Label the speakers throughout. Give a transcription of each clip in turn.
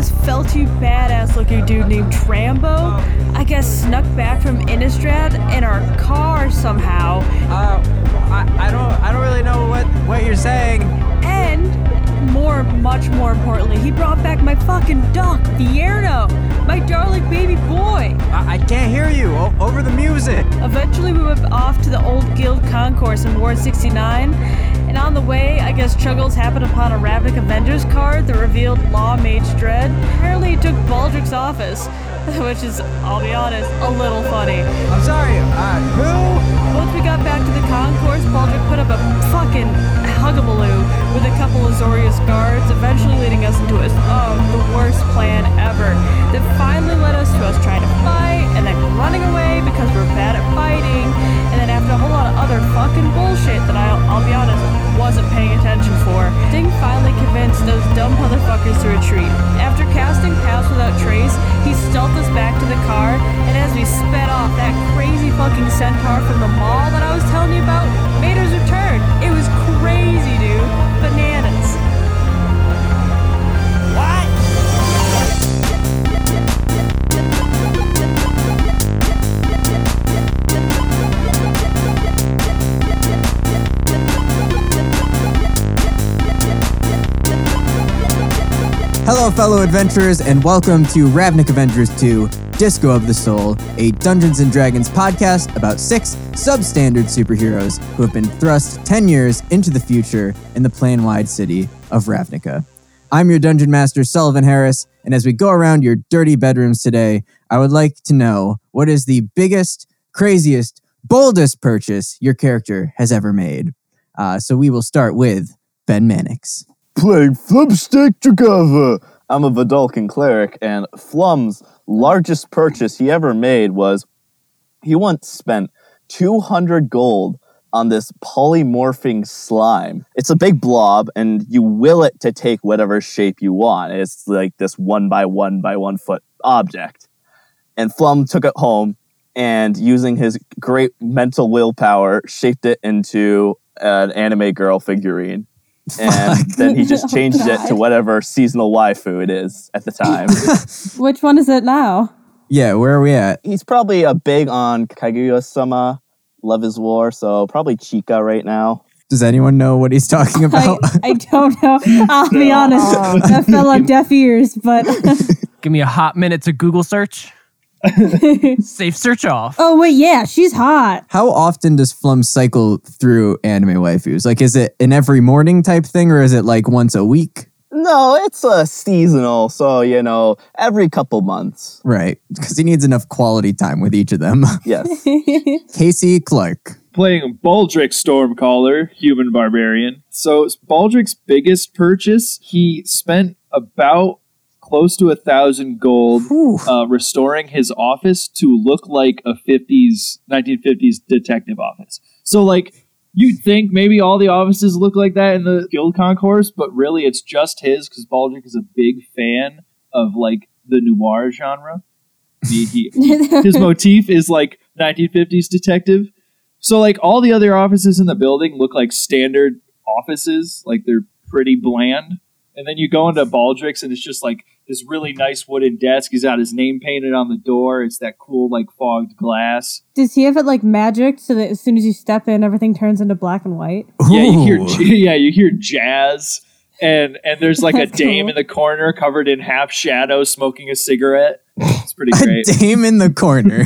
Speaker 1: douchey, badass looking dude named Trambo, I guess, snuck back from Innistrad in our car somehow.
Speaker 2: Uh, I, I don't I don't really know what what you're saying.
Speaker 1: And more, much more importantly, he brought back my fucking duck, Fierno, my darling baby boy.
Speaker 2: I, I can't hear you o- over the music.
Speaker 1: Eventually, we went off to the old guild concourse in Ward 69, and on the way, I guess Chuggles happened upon a Ravnik Avengers card that revealed Law Mage Dread. Apparently, it took Baldrick's office, which is, I'll be honest, a little funny.
Speaker 2: I'm sorry. Uh, who?
Speaker 1: Once we got back to the concourse, Baldrick put up a fucking hugabaloo with a couple of Zorius guards, eventually leading us into his, oh, the worst plan ever. That finally led us to us trying to fight and then running away because we're bad at fighting. And then after a whole lot of other fucking bullshit that I'll, I'll be honest, wasn't paying attention for, Ding finally convinced those dumb motherfuckers to retreat. After casting Pass Without Trace, he stealthed us back to the car, and as we sped off, that crazy fucking centaur from the mall that I was telling you about made his return. It was crazy, dude. Bananas.
Speaker 2: Hello, fellow adventurers, and welcome to Ravnik Avengers 2 Disco of the Soul, a Dungeons and Dragons podcast about six substandard superheroes who have been thrust 10 years into the future in the plain wide city of Ravnica. I'm your Dungeon Master, Sullivan Harris, and as we go around your dirty bedrooms today, I would like to know what is the biggest, craziest, boldest purchase your character has ever made. Uh, so we will start with Ben Mannix.
Speaker 3: playing Flumstick Dracava. I'm a Vidalcan cleric, and Flum's largest purchase he ever made was he once spent 200 gold on this polymorphing slime. It's a big blob, and you will it to take whatever shape you want. It's like this one by one by one foot object. And Flum took it home and, using his great mental willpower, shaped it into an anime girl figurine and then he just
Speaker 4: Oh,
Speaker 3: changed it
Speaker 4: God.
Speaker 3: to whatever seasonal waifu it is at the time.
Speaker 4: Which one is it now?
Speaker 2: Yeah, where are we at?
Speaker 3: He's probably a big on Kaguya sama, Love is War, so probably Chica right now.
Speaker 2: Does anyone know what he's talking
Speaker 4: I,
Speaker 2: about?
Speaker 4: I don't know. I'll be honest. That fell on deaf ears, but
Speaker 5: Give me a hot minute to Google search. Safe search off.
Speaker 4: oh wait, yeah, she's hot.
Speaker 2: How often does Flum cycle through anime waifus? Like, is it an every morning type thing, or is it like once a week?
Speaker 3: No, it's a seasonal, so you know, every couple months.
Speaker 2: Right, because he needs enough quality time with each of them.
Speaker 3: Yes.
Speaker 2: Casey Clark.
Speaker 6: playing Baldric Stormcaller, human barbarian. So it's Baldric's biggest purchase, he spent about close to a thousand gold
Speaker 2: Whew.
Speaker 6: uh, restoring his office to look like a 50s 1950s detective office. So like you'd think maybe all the offices look like that in the guild concourse, but really it's just his because Baldric is a big fan of like the noir genre. He- he, his motif is like 1950s detective. So like all the other offices in the building look like standard offices, like they're pretty bland. And then you go into Baldrick's and it's just like this really nice wooden desk. He's got his name painted on the door. It's that cool like fogged glass.
Speaker 4: Does he have it like magic so that as soon as you step in, everything turns into black and white?
Speaker 6: Yeah, you hear
Speaker 2: Ooh.
Speaker 6: yeah, you hear jazz. And and there's like a
Speaker 4: That's
Speaker 6: dame
Speaker 4: cool.
Speaker 6: in the corner covered in half shadow smoking a cigarette. It's pretty
Speaker 2: a
Speaker 6: great.
Speaker 2: dame in the corner.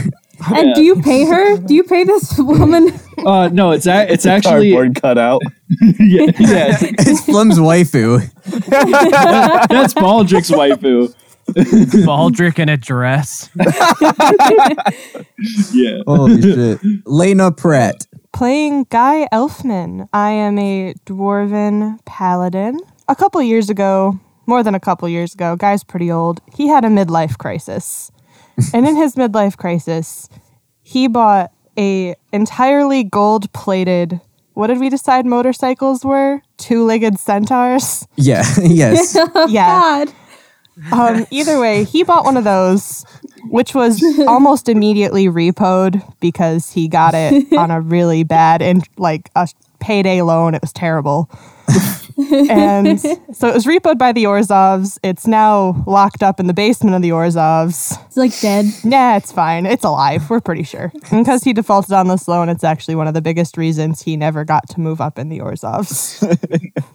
Speaker 4: And do you pay her? Do you pay this woman?
Speaker 6: Uh, no, it's a, it's actually yeah,
Speaker 3: Cardboard cutout.
Speaker 6: yeah, it's-
Speaker 2: it's Flum's waifu.
Speaker 6: that's Baldrick's waifu.
Speaker 5: Baldrick in a dress.
Speaker 6: Yeah.
Speaker 2: Holy shit. Lena Pratt.
Speaker 7: Playing Guy Elfman, I am a dwarven paladin. A couple years ago, more than a couple years ago, Guy's pretty old, he had a midlife crisis. and in his midlife crisis, he bought a entirely gold plated what did we decide motorcycles were? Two-legged centaurs.
Speaker 2: Yeah, yes.
Speaker 1: Oh,
Speaker 7: yeah.
Speaker 4: God.
Speaker 7: Um, either way, he bought one of those, which was almost immediately repoed because he got it on a really bad and like a payday loan. It was terrible. and so it was repoed by the Orzovs. It's now locked up in the basement of the Orzovs.
Speaker 1: It's like dead.
Speaker 7: Yeah, it's fine. It's alive. We're pretty sure. And because he defaulted on this loan, it's actually one of the biggest reasons he never got to move up in the Orzovs.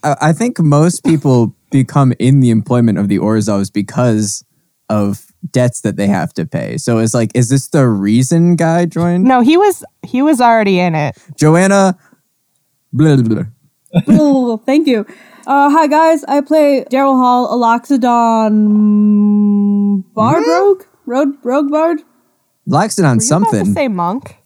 Speaker 2: I, I think most people become in the employment of the Orzovs because of debts that they have to pay. So it's like, is this the reason guy joined?
Speaker 7: No, he was he was already in it.
Speaker 2: Joanna. Blah, blah, blah.
Speaker 1: Cool. Thank you. Uh, hi guys, I play Daryl Hall, Aloxodon Bard Rogue? Road Rogue Bard?
Speaker 2: Laxodon
Speaker 7: Were you about to
Speaker 2: something.
Speaker 7: say monk.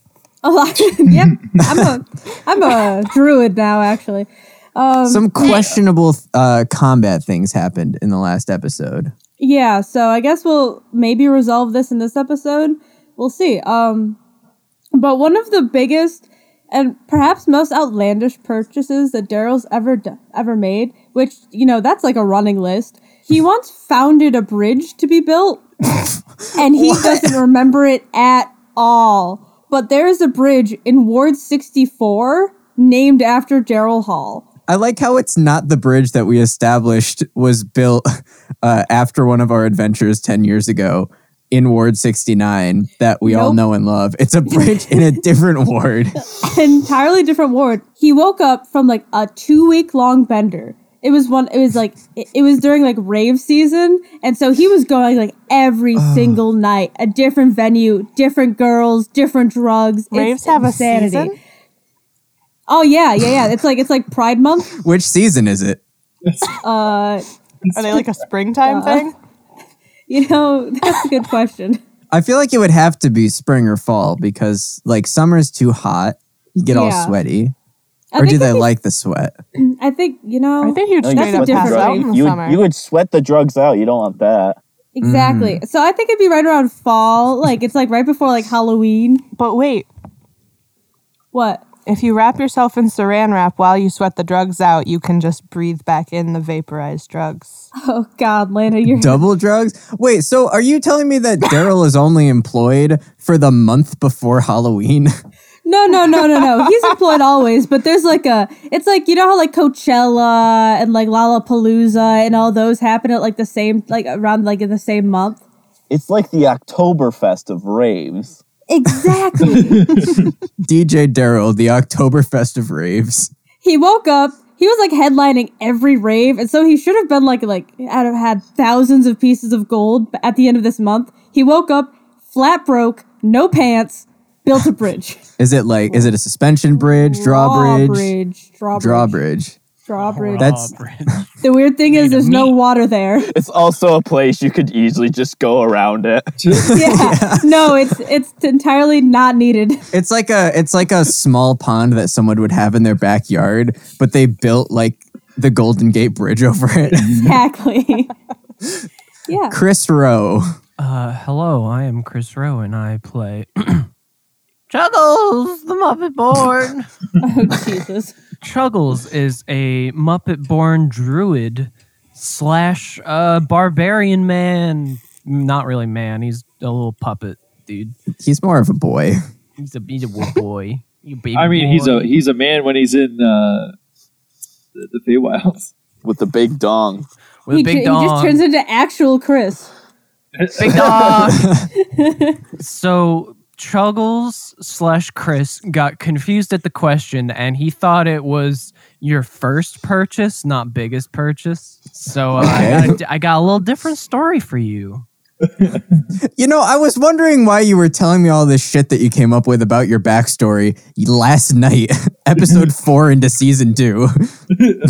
Speaker 1: Aloxodon. yep. I'm a I'm a druid now actually. Um,
Speaker 2: Some questionable uh, combat things happened in the last episode.
Speaker 1: Yeah, so I guess we'll maybe resolve this in this episode. We'll see. Um but one of the biggest and perhaps most outlandish purchases that Daryl's ever d- ever made, which you know, that's like a running list. He once founded a bridge to be built and he doesn't remember it at all. But there is a bridge in Ward 64 named after Daryl Hall.
Speaker 2: I like how it's not the bridge that we established was built uh, after one of our adventures 10 years ago in Ward 69 that we all
Speaker 1: Nope.
Speaker 2: know and love. It's a bridge in a different ward.
Speaker 1: entirely different ward. He woke up from like a two week long bender. It was one. It was like it, it was during like rave season, and so he was going like every single night, a different venue, different girls, different drugs. It's
Speaker 7: Raves have a
Speaker 1: insanity.
Speaker 7: season?
Speaker 1: Oh yeah, yeah, yeah. It's like it's like Pride Month.
Speaker 2: Which season is it?
Speaker 1: Uh,
Speaker 7: Are they like a springtime
Speaker 1: Uh,
Speaker 7: thing?
Speaker 1: you know, that's a good question.
Speaker 2: I feel like it would have to be spring or fall because like summer's too hot. You get all
Speaker 1: Yeah.
Speaker 2: sweaty.
Speaker 1: I
Speaker 2: or do
Speaker 1: think
Speaker 2: they
Speaker 1: if you-
Speaker 2: like the sweat?
Speaker 1: I think you know.
Speaker 7: I think you'd
Speaker 3: No, you
Speaker 7: straight
Speaker 1: That's a
Speaker 7: up
Speaker 3: sweat the
Speaker 7: pass
Speaker 1: different
Speaker 7: out
Speaker 3: drug-
Speaker 7: in the
Speaker 3: you, would-
Speaker 7: summer.
Speaker 3: you would sweat the drugs out. You don't want that.
Speaker 1: exactly.
Speaker 7: Mm.
Speaker 1: So I think it'd be right around fall. Like it's like right before like Halloween.
Speaker 7: but wait,
Speaker 1: What?
Speaker 7: if you wrap yourself in saran wrap while you sweat the drugs out, you can just breathe back in the vaporized drugs.
Speaker 1: Oh God, Lana, you're
Speaker 2: Double drugs? Wait, so are you telling me that Daryl is only employed for the month before Halloween?
Speaker 1: No, no, no, no, no. He's employed always, but there's like a. It's like you know how like Coachella and like Lollapalooza and all those happen at like the same like around like in the same month.
Speaker 3: It's like the Oktoberfest of raves.
Speaker 1: Exactly.
Speaker 2: DJ Daryl, the Oktoberfest of raves.
Speaker 1: he woke up. He was like headlining every rave, and so he should have been like like I'd have had thousands of pieces of gold at the end of this month. He woke up flat broke, no pants, built a bridge,
Speaker 2: Is it like is it a suspension bridge, drawbridge,
Speaker 1: drawbridge, drawbridge,
Speaker 2: drawbridge?
Speaker 1: drawbridge.
Speaker 2: That's-
Speaker 1: The weird thing is,
Speaker 5: Made of
Speaker 1: there's no
Speaker 5: meat.
Speaker 1: water there.
Speaker 3: It's also a place you could easily just go around it.
Speaker 1: yeah. No, it's it's entirely not needed.
Speaker 2: It's like a it's like a small pond that someone would have in their backyard, but they built like the Golden Gate Bridge over it.
Speaker 1: Exactly. yeah.
Speaker 2: Chris Rowe.
Speaker 5: Uh, hello, I am Chris Rowe, and I play Chuggles, the Muppet Born.
Speaker 1: Oh Jesus.
Speaker 5: Chuggles is a Muppet Born druid slash uh, barbarian man. Not really man. He's a little puppet dude.
Speaker 2: He's more of a boy.
Speaker 5: He's a he's a little boy. You baby.
Speaker 6: I mean, he's
Speaker 5: boy.
Speaker 6: a he's a man when he's in uh, the, the Feywilds.
Speaker 3: With the big dong.
Speaker 5: with a
Speaker 1: he,
Speaker 5: big
Speaker 1: ju-
Speaker 5: dog.
Speaker 1: he just turns into actual Chris.
Speaker 5: Big dog. so Chuggles slash Chris got confused at the question, and he thought it was your first purchase, not biggest purchase. So uh, I, got a, I got a little different story for you.
Speaker 2: You know, I was wondering why you were telling me all this shit that you came up with about your backstory last night, episode four into season two.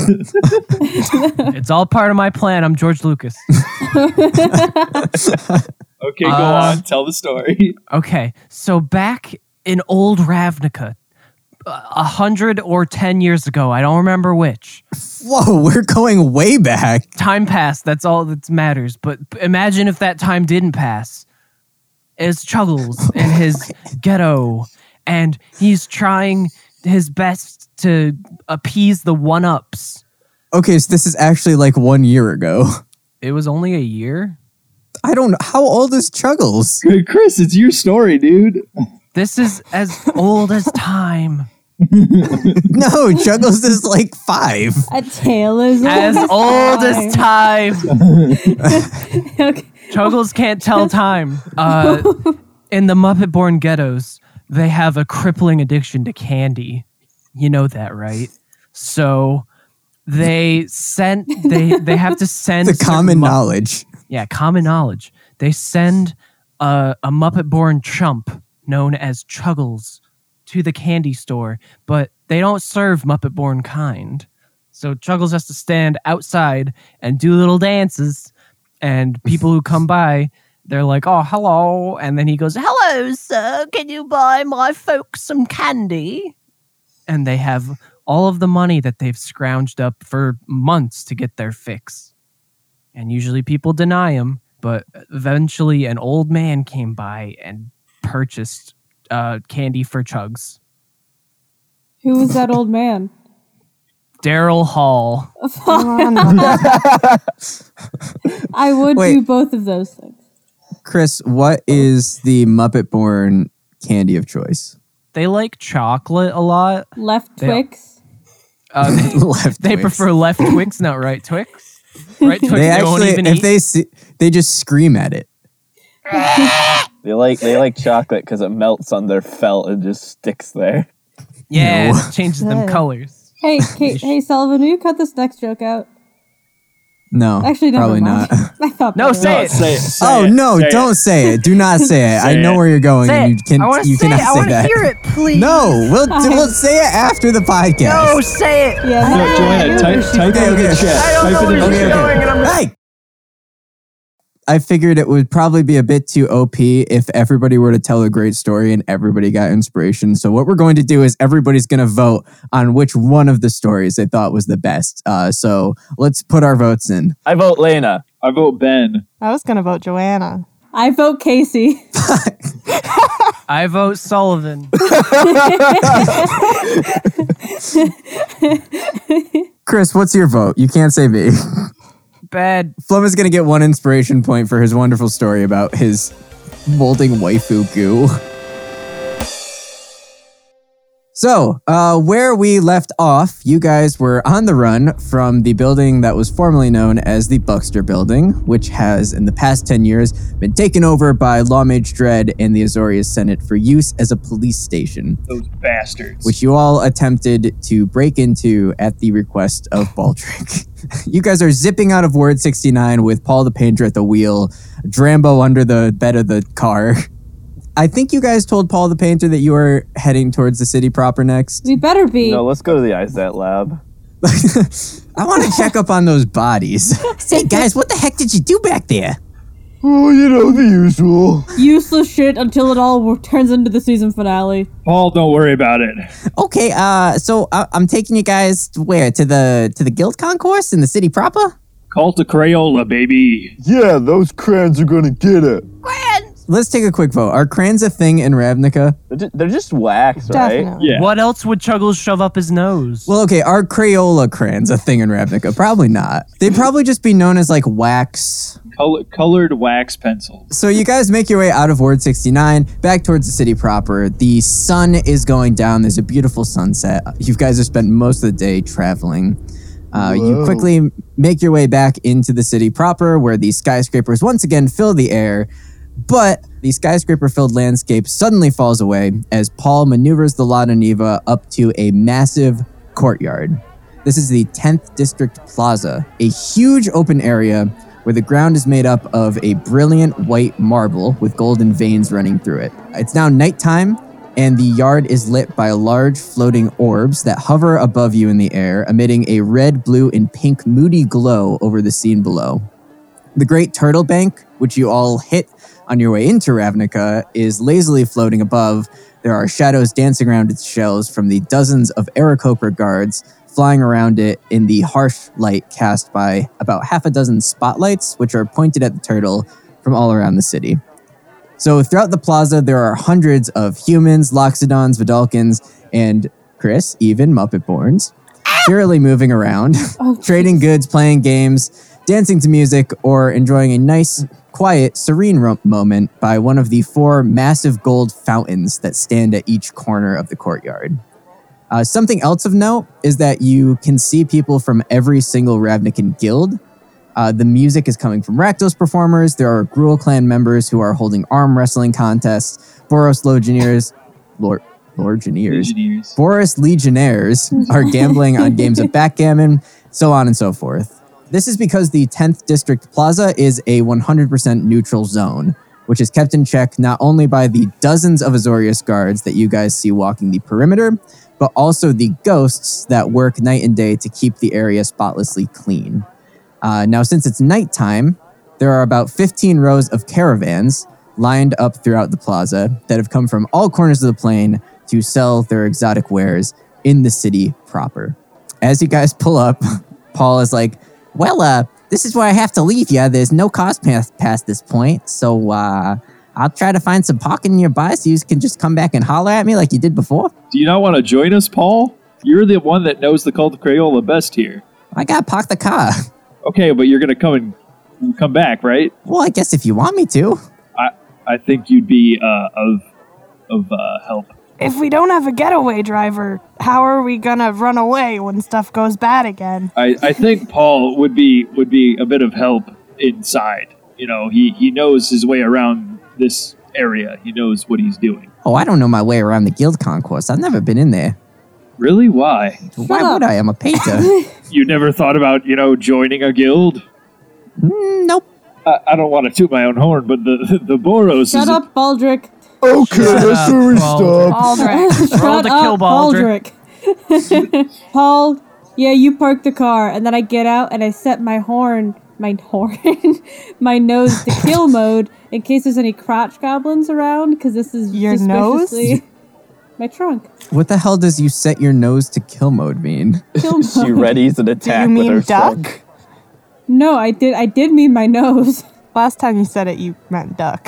Speaker 5: It's all part of my plan. I'm George Lucas.
Speaker 6: Okay, go
Speaker 5: Uh,
Speaker 6: on, tell the story.
Speaker 5: Okay, so back in old Ravnica, a a hundred or ten years ago, I don't remember which.
Speaker 2: Whoa, we're going way back.
Speaker 5: time passed. That's all that matters. But p- imagine if that time didn't pass. It's Chuggles in his ghetto, and he's trying his best to appease the one ups.
Speaker 2: Okay, so this is actually like one year ago.
Speaker 5: It was only a year.
Speaker 2: I don't know. How old is Chuggles?
Speaker 6: Chris, it's your story, dude.
Speaker 5: This is as old as time.
Speaker 2: No, Chuggles is like five.
Speaker 1: A tail is
Speaker 5: As old as time.
Speaker 1: okay.
Speaker 5: Chuggles can't tell time. Uh, in the Muppet Born Ghettos, they have a crippling addiction to candy. You know that, right? So they send they they have to send
Speaker 2: The
Speaker 5: certain
Speaker 2: common
Speaker 5: Mu-
Speaker 2: knowledge.
Speaker 5: Yeah, common knowledge. They send a, a Muppet Born chump known as Chuggles to the candy store, but they don't serve Muppet Born kind. So Chuggles has to stand outside and do little dances, and people who come by, they're like, "Oh, hello," and then he goes, "Hello, sir. Can you buy my folks some candy?" And they have all of the money that they've scrounged up for months to get their fix. And usually people deny him, but eventually an old man came by and purchased uh, candy for Chugs.
Speaker 1: Who was that old man?
Speaker 5: Daryl Hall.
Speaker 1: I would
Speaker 2: Wait.
Speaker 1: do both of those things.
Speaker 2: Chris, what is the Muppet Born candy of choice?
Speaker 5: They like chocolate a lot.
Speaker 1: Left
Speaker 5: They are-
Speaker 1: Twix.
Speaker 5: Uh, they,
Speaker 2: Left.
Speaker 5: they
Speaker 2: Twix.
Speaker 5: prefer left Twix, not right Twix. Right Twix,
Speaker 2: They
Speaker 5: they
Speaker 2: actually,
Speaker 5: don't even
Speaker 2: if
Speaker 5: eat.
Speaker 2: they see, they just scream at it.
Speaker 3: They like they like chocolate because it melts on their felt and just sticks there.
Speaker 5: yeah,
Speaker 2: No.
Speaker 5: it changes them
Speaker 7: Yeah.
Speaker 5: colors.
Speaker 1: Hey, Kate, hey, Sullivan, will you cut this next joke out?
Speaker 2: No,
Speaker 1: Actually, never
Speaker 2: probably
Speaker 1: mind.
Speaker 2: not.
Speaker 1: I thought
Speaker 5: No,
Speaker 1: maybe.
Speaker 5: say it.
Speaker 6: Say it. Say
Speaker 2: oh
Speaker 6: it,
Speaker 2: no!
Speaker 6: say it.
Speaker 2: don't say it. Do not say it. I
Speaker 6: Say
Speaker 2: know
Speaker 6: it.
Speaker 2: where you're going,
Speaker 5: Say
Speaker 2: and Oh, you
Speaker 5: it.
Speaker 2: can you
Speaker 5: I want to say it.
Speaker 2: cannot
Speaker 5: I
Speaker 2: say
Speaker 5: want to
Speaker 2: that.
Speaker 5: hear it, please.
Speaker 2: No, we'll we'll say it after the podcast.
Speaker 5: No, say it.
Speaker 1: Yeah,
Speaker 6: No, Joanna, type, type
Speaker 2: Okay,
Speaker 6: it in
Speaker 2: okay.
Speaker 6: the chat.
Speaker 5: I don't
Speaker 6: Type
Speaker 5: know
Speaker 6: it in
Speaker 5: where
Speaker 6: the
Speaker 5: you're
Speaker 6: chat.
Speaker 5: going, and I'm
Speaker 2: Hey! I figured it would probably be a bit too OP if everybody were to tell a great story and everybody got inspiration. So, what we're going to do is everybody's going to vote on which one of the stories they thought was the best. Uh, so, let's put our votes in.
Speaker 3: I vote Lena.
Speaker 6: I vote Ben.
Speaker 7: I was gonna vote Joanna.
Speaker 1: I vote Casey.
Speaker 5: I vote Sullivan.
Speaker 2: Oh, Chris, what's your vote? You can't say me.
Speaker 5: Bad.
Speaker 2: Flum is going to get one inspiration point for his wonderful story about his molding waifu goo. So, uh, where we left off, you guys were on the run from the building that was formerly known as the Buckster Building, which has, in the past 10 years, been taken over by Lawmage Dread and the Azorius Senate for use as a police station
Speaker 6: Those bastards.
Speaker 2: which you all attempted to break into at the request of Baldric. you guys are zipping out of Ward 69 with Paul the Painter at the wheel, Drambo under the bed of the car. I think you guys told Paul the Painter that you were heading towards the city proper next.
Speaker 1: We better be.
Speaker 3: No, let's go to the ISAT lab.
Speaker 2: I want to check up on those bodies. Say, guys, what the heck did you do back there?
Speaker 3: Oh, you know the usual.
Speaker 1: Useless shit until it all w- turns into the season finale.
Speaker 6: Paul, don't worry about it.
Speaker 2: Okay, uh, so I- I'm taking you guys to where to the to the guild concourse in the city proper.
Speaker 6: Call to Crayola, baby.
Speaker 3: Yeah, those crayons are gonna get it.
Speaker 2: Let's take a quick vote. Are crayons a thing in Ravnica?
Speaker 3: They're just, they're just wax, right?
Speaker 7: Definitely.
Speaker 6: Yeah.
Speaker 5: What else would Chuggles shove up his nose?
Speaker 2: Well, okay, are Crayola crayons a thing in Ravnica? Probably not. They'd probably just be known as like wax.
Speaker 6: Col- colored wax pencils.
Speaker 2: So you guys make your way out of Ward 69, back towards the city proper. The sun is going down. There's a beautiful sunset. You guys have spent most of the day traveling. Uh, you
Speaker 3: Whoa.
Speaker 2: quickly make your way back into the city proper, where the skyscrapers once again fill the air. But the skyscraper filled landscape suddenly falls away as Paul maneuvers the La Neva up to a massive courtyard. This is the 10th District Plaza, a huge open area where the ground is made up of a brilliant white marble with golden veins running through it. It's now nighttime, and the yard is lit by large floating orbs that hover above you in the air, emitting a red, blue, and pink moody glow over the scene below. The Great Turtle Bank, which you all hit on your way into Ravnica, is lazily floating above. There are shadows dancing around its shells from the dozens of Aarakocra guards flying around it in the harsh light cast by about half a dozen spotlights, which are pointed at the turtle from all around the city. So throughout the plaza, there are hundreds of humans, Loxodons, Vidalkins, and Chris, even Muppet Borns, cheerily moving around, trading goods, playing games, dancing to music, or enjoying a nice, quiet, serene ro- moment by one of the four massive gold fountains that stand at each corner of the courtyard. Uh, something else of note is that you can see people from every single Ravnican guild. Uh, the music is coming from Rakdos performers. There are Gruul clan members who are holding arm wrestling contests. Boros Logineers, Lord, Lorgineers,
Speaker 6: Engineers.
Speaker 2: Boris Legionnaires are gambling on games of backgammon, so on and so forth. This is because the 10th District Plaza is a 100% neutral zone, which is kept in check not only by the dozens of Azorius guards that you guys see walking the perimeter, but also the ghosts that work night and day to keep the area spotlessly clean. Uh, now, since it's nighttime, there are about 15 rows of caravans lined up throughout the plaza that have come from all corners of the plain to sell their exotic wares in the city proper. As you guys pull up, Paul is like, Well, uh, this is where I have to leave ya. There's no cost past, past this point. So uh, I'll try to find some parking nearby so you can just come back and holler at me like you did before.
Speaker 6: Do you not want to join us, Paul? You're the one that knows the cult of Crayola best here.
Speaker 2: I gotta park the car.
Speaker 6: Okay, but you're gonna come and come back, right?
Speaker 2: Well, I guess if you want me to.
Speaker 6: I I think you'd be uh, of of uh, help.
Speaker 7: If we don't have a getaway driver, how are we gonna run away when stuff goes bad again?
Speaker 6: I, I think Paul would be would be a bit of help inside. You know, he he knows his way around this area. He knows what he's doing.
Speaker 2: Oh, I don't know my way around the guild concourse. I've never been in there.
Speaker 6: Really? Why?
Speaker 2: Why
Speaker 1: up.
Speaker 2: would I? I'm a painter.
Speaker 6: You never thought about you know joining a guild?
Speaker 2: Mm, nope.
Speaker 6: I, I don't want to toot my own horn, but the the Boros
Speaker 1: Shut
Speaker 6: is
Speaker 1: up, Baldrick.
Speaker 3: Okay, that's
Speaker 5: up,
Speaker 3: where we
Speaker 5: Baldrick.
Speaker 3: stop.
Speaker 7: Aldrich.
Speaker 5: Roll
Speaker 1: Shut
Speaker 5: to
Speaker 1: up,
Speaker 5: kill Baldrick.
Speaker 1: Baldrick. Paul, yeah, you parked the car, and then I get out and I set my horn, my horn, my nose to kill mode in case there's any crotch goblins around, because this is
Speaker 7: Your nose?
Speaker 1: suspiciously- My trunk.
Speaker 2: What the hell does you set your nose to kill mode mean?
Speaker 1: Kill
Speaker 3: She
Speaker 1: mode.
Speaker 3: readies an
Speaker 7: Do
Speaker 3: attack
Speaker 7: you
Speaker 3: with
Speaker 7: mean
Speaker 3: her
Speaker 7: duck?
Speaker 3: sword.
Speaker 1: No, I did. I did mean my nose.
Speaker 7: Last time you said it, you meant duck.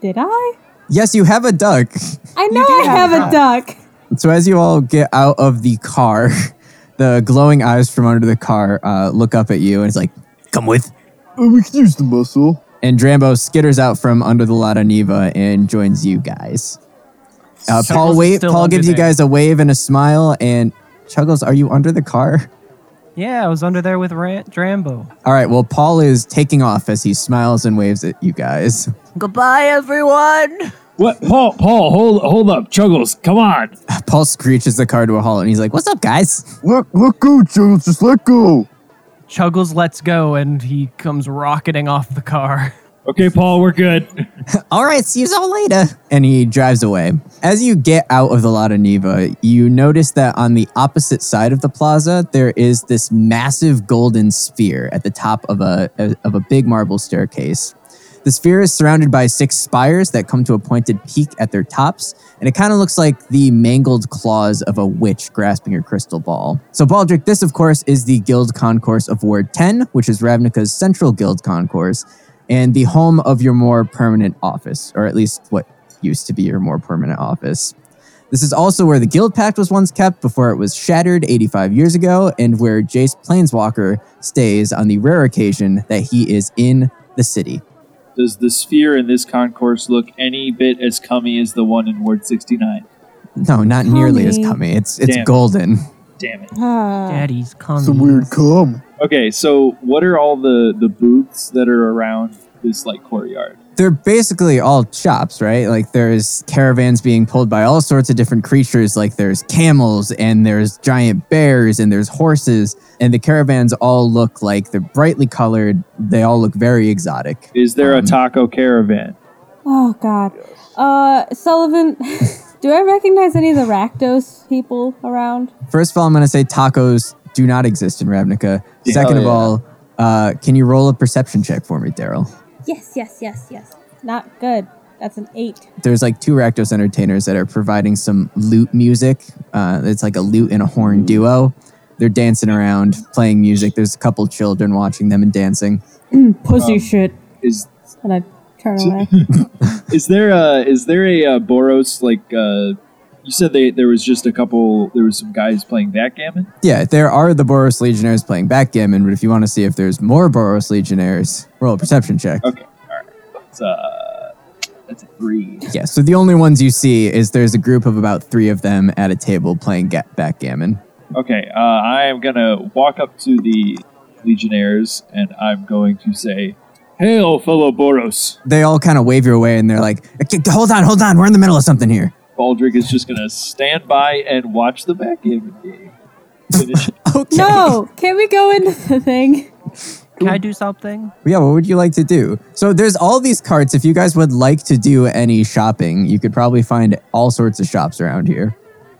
Speaker 1: Did I?
Speaker 2: Yes, you have a duck.
Speaker 1: I know
Speaker 7: do
Speaker 1: I
Speaker 7: have
Speaker 1: have,
Speaker 7: a
Speaker 1: a duck.
Speaker 2: So as you all get out of the car, the glowing eyes from under the car uh, look up at you and it's like, "Come with."
Speaker 3: Uh, we can use the muscle.
Speaker 2: And Drambo skitters out from under the Lada Neva and joins you guys. Uh,
Speaker 5: Chuggles
Speaker 2: Paul
Speaker 5: is
Speaker 2: wave.
Speaker 5: still
Speaker 2: Paul
Speaker 5: under
Speaker 2: gives you
Speaker 5: there.
Speaker 2: guys a wave and a smile. And Chuggles, are you under the car?
Speaker 5: Yeah, I was under there with Ran- Drambo.
Speaker 2: All right. Well, Paul is taking off as he smiles and waves at you guys.
Speaker 8: Goodbye, everyone.
Speaker 6: what? Paul Paul hold hold up, Chuggles, come on.
Speaker 2: Paul screeches the car to a halt and he's like, "What's up, guys?"
Speaker 3: Let, let go, Jules. Just let go.
Speaker 5: Chuggles lets go and he comes rocketing off the car.
Speaker 6: Okay, Paul, we're good.
Speaker 2: All right, see you all later. And he drives away. As you get out of the Lada Neva, you notice that on the opposite side of the plaza there is this massive golden sphere at the top of a of a big marble staircase. The sphere is surrounded by six spires that come to a pointed peak at their tops, and it kind of looks like the mangled claws of a witch grasping a crystal ball. So, Baldric, this, of course, is the guild concourse of Ward 10, which is Ravnica's central guild concourse, and the home of your more permanent office, or at least what used to be your more permanent office. This is also where the Guild Pact was once kept before it was shattered 85 years ago, and where Jace Planeswalker stays on the rare occasion that he is in the city.
Speaker 6: Does the sphere in this concourse look any bit as cummy as the one in Ward 69?
Speaker 2: No, not nearly as
Speaker 1: Cummy.
Speaker 2: cummy. It's it's
Speaker 6: Damn.
Speaker 2: golden.
Speaker 6: Damn it.
Speaker 7: Uh,
Speaker 5: Daddy's coming.
Speaker 3: Some weird cum.
Speaker 6: Okay, so what are all the the booths that are around this like courtyard?
Speaker 2: They're basically all shops, right? Like there's caravans being pulled by all sorts of different creatures. Like there's camels and there's giant bears and there's horses. And the caravans all look like they're brightly colored. They all look very exotic. Um,
Speaker 6: Is there a taco caravan?
Speaker 1: Oh God. Uh, Sullivan, do I recognize any of the Rakdos people around?
Speaker 2: First of all, I'm going to say tacos do not exist in Ravnica.
Speaker 6: Yeah.
Speaker 2: Second
Speaker 3: Oh,
Speaker 2: of
Speaker 3: yeah.
Speaker 2: all, uh, can you roll a perception check for me, Daryl?
Speaker 1: Yes, yes, yes, yes. Not good. That's an eight.
Speaker 2: there's like two Rakdos entertainers that are providing some lute music. Uh, it's like a lute and a horn duo. They're dancing around, playing music. There's a couple children watching them and dancing.
Speaker 1: Pussy shit.
Speaker 6: Um, Is
Speaker 1: And I turn away.
Speaker 6: is there a is there a uh, Boros like uh you said they there was just a couple there was some guys playing backgammon?
Speaker 2: Yeah, there are the Boros Legionnaires playing backgammon, but if you want to see if there's more Boros Legionnaires, roll a perception check.
Speaker 6: Okay, all right. It's, uh That's a three.
Speaker 2: Yeah, so the only ones you see is there's a group of about three of them at a table playing ga- backgammon.
Speaker 6: Okay, uh, I am gonna walk up to the legionnaires and I'm going to say, "Hail, fellow Boros!"
Speaker 2: They all kind of wave you away and they're like, "Okay, hold on, hold on, we're in the middle of something here.
Speaker 6: Baldric is just gonna stand by and watch the backgammon game. Finish it.
Speaker 2: Okay.
Speaker 1: No, can we go into the thing?
Speaker 5: Can I do something?
Speaker 2: Yeah, what would you like to do? So there's all these carts. If you guys would like to do any shopping, you could probably find all sorts of shops around here.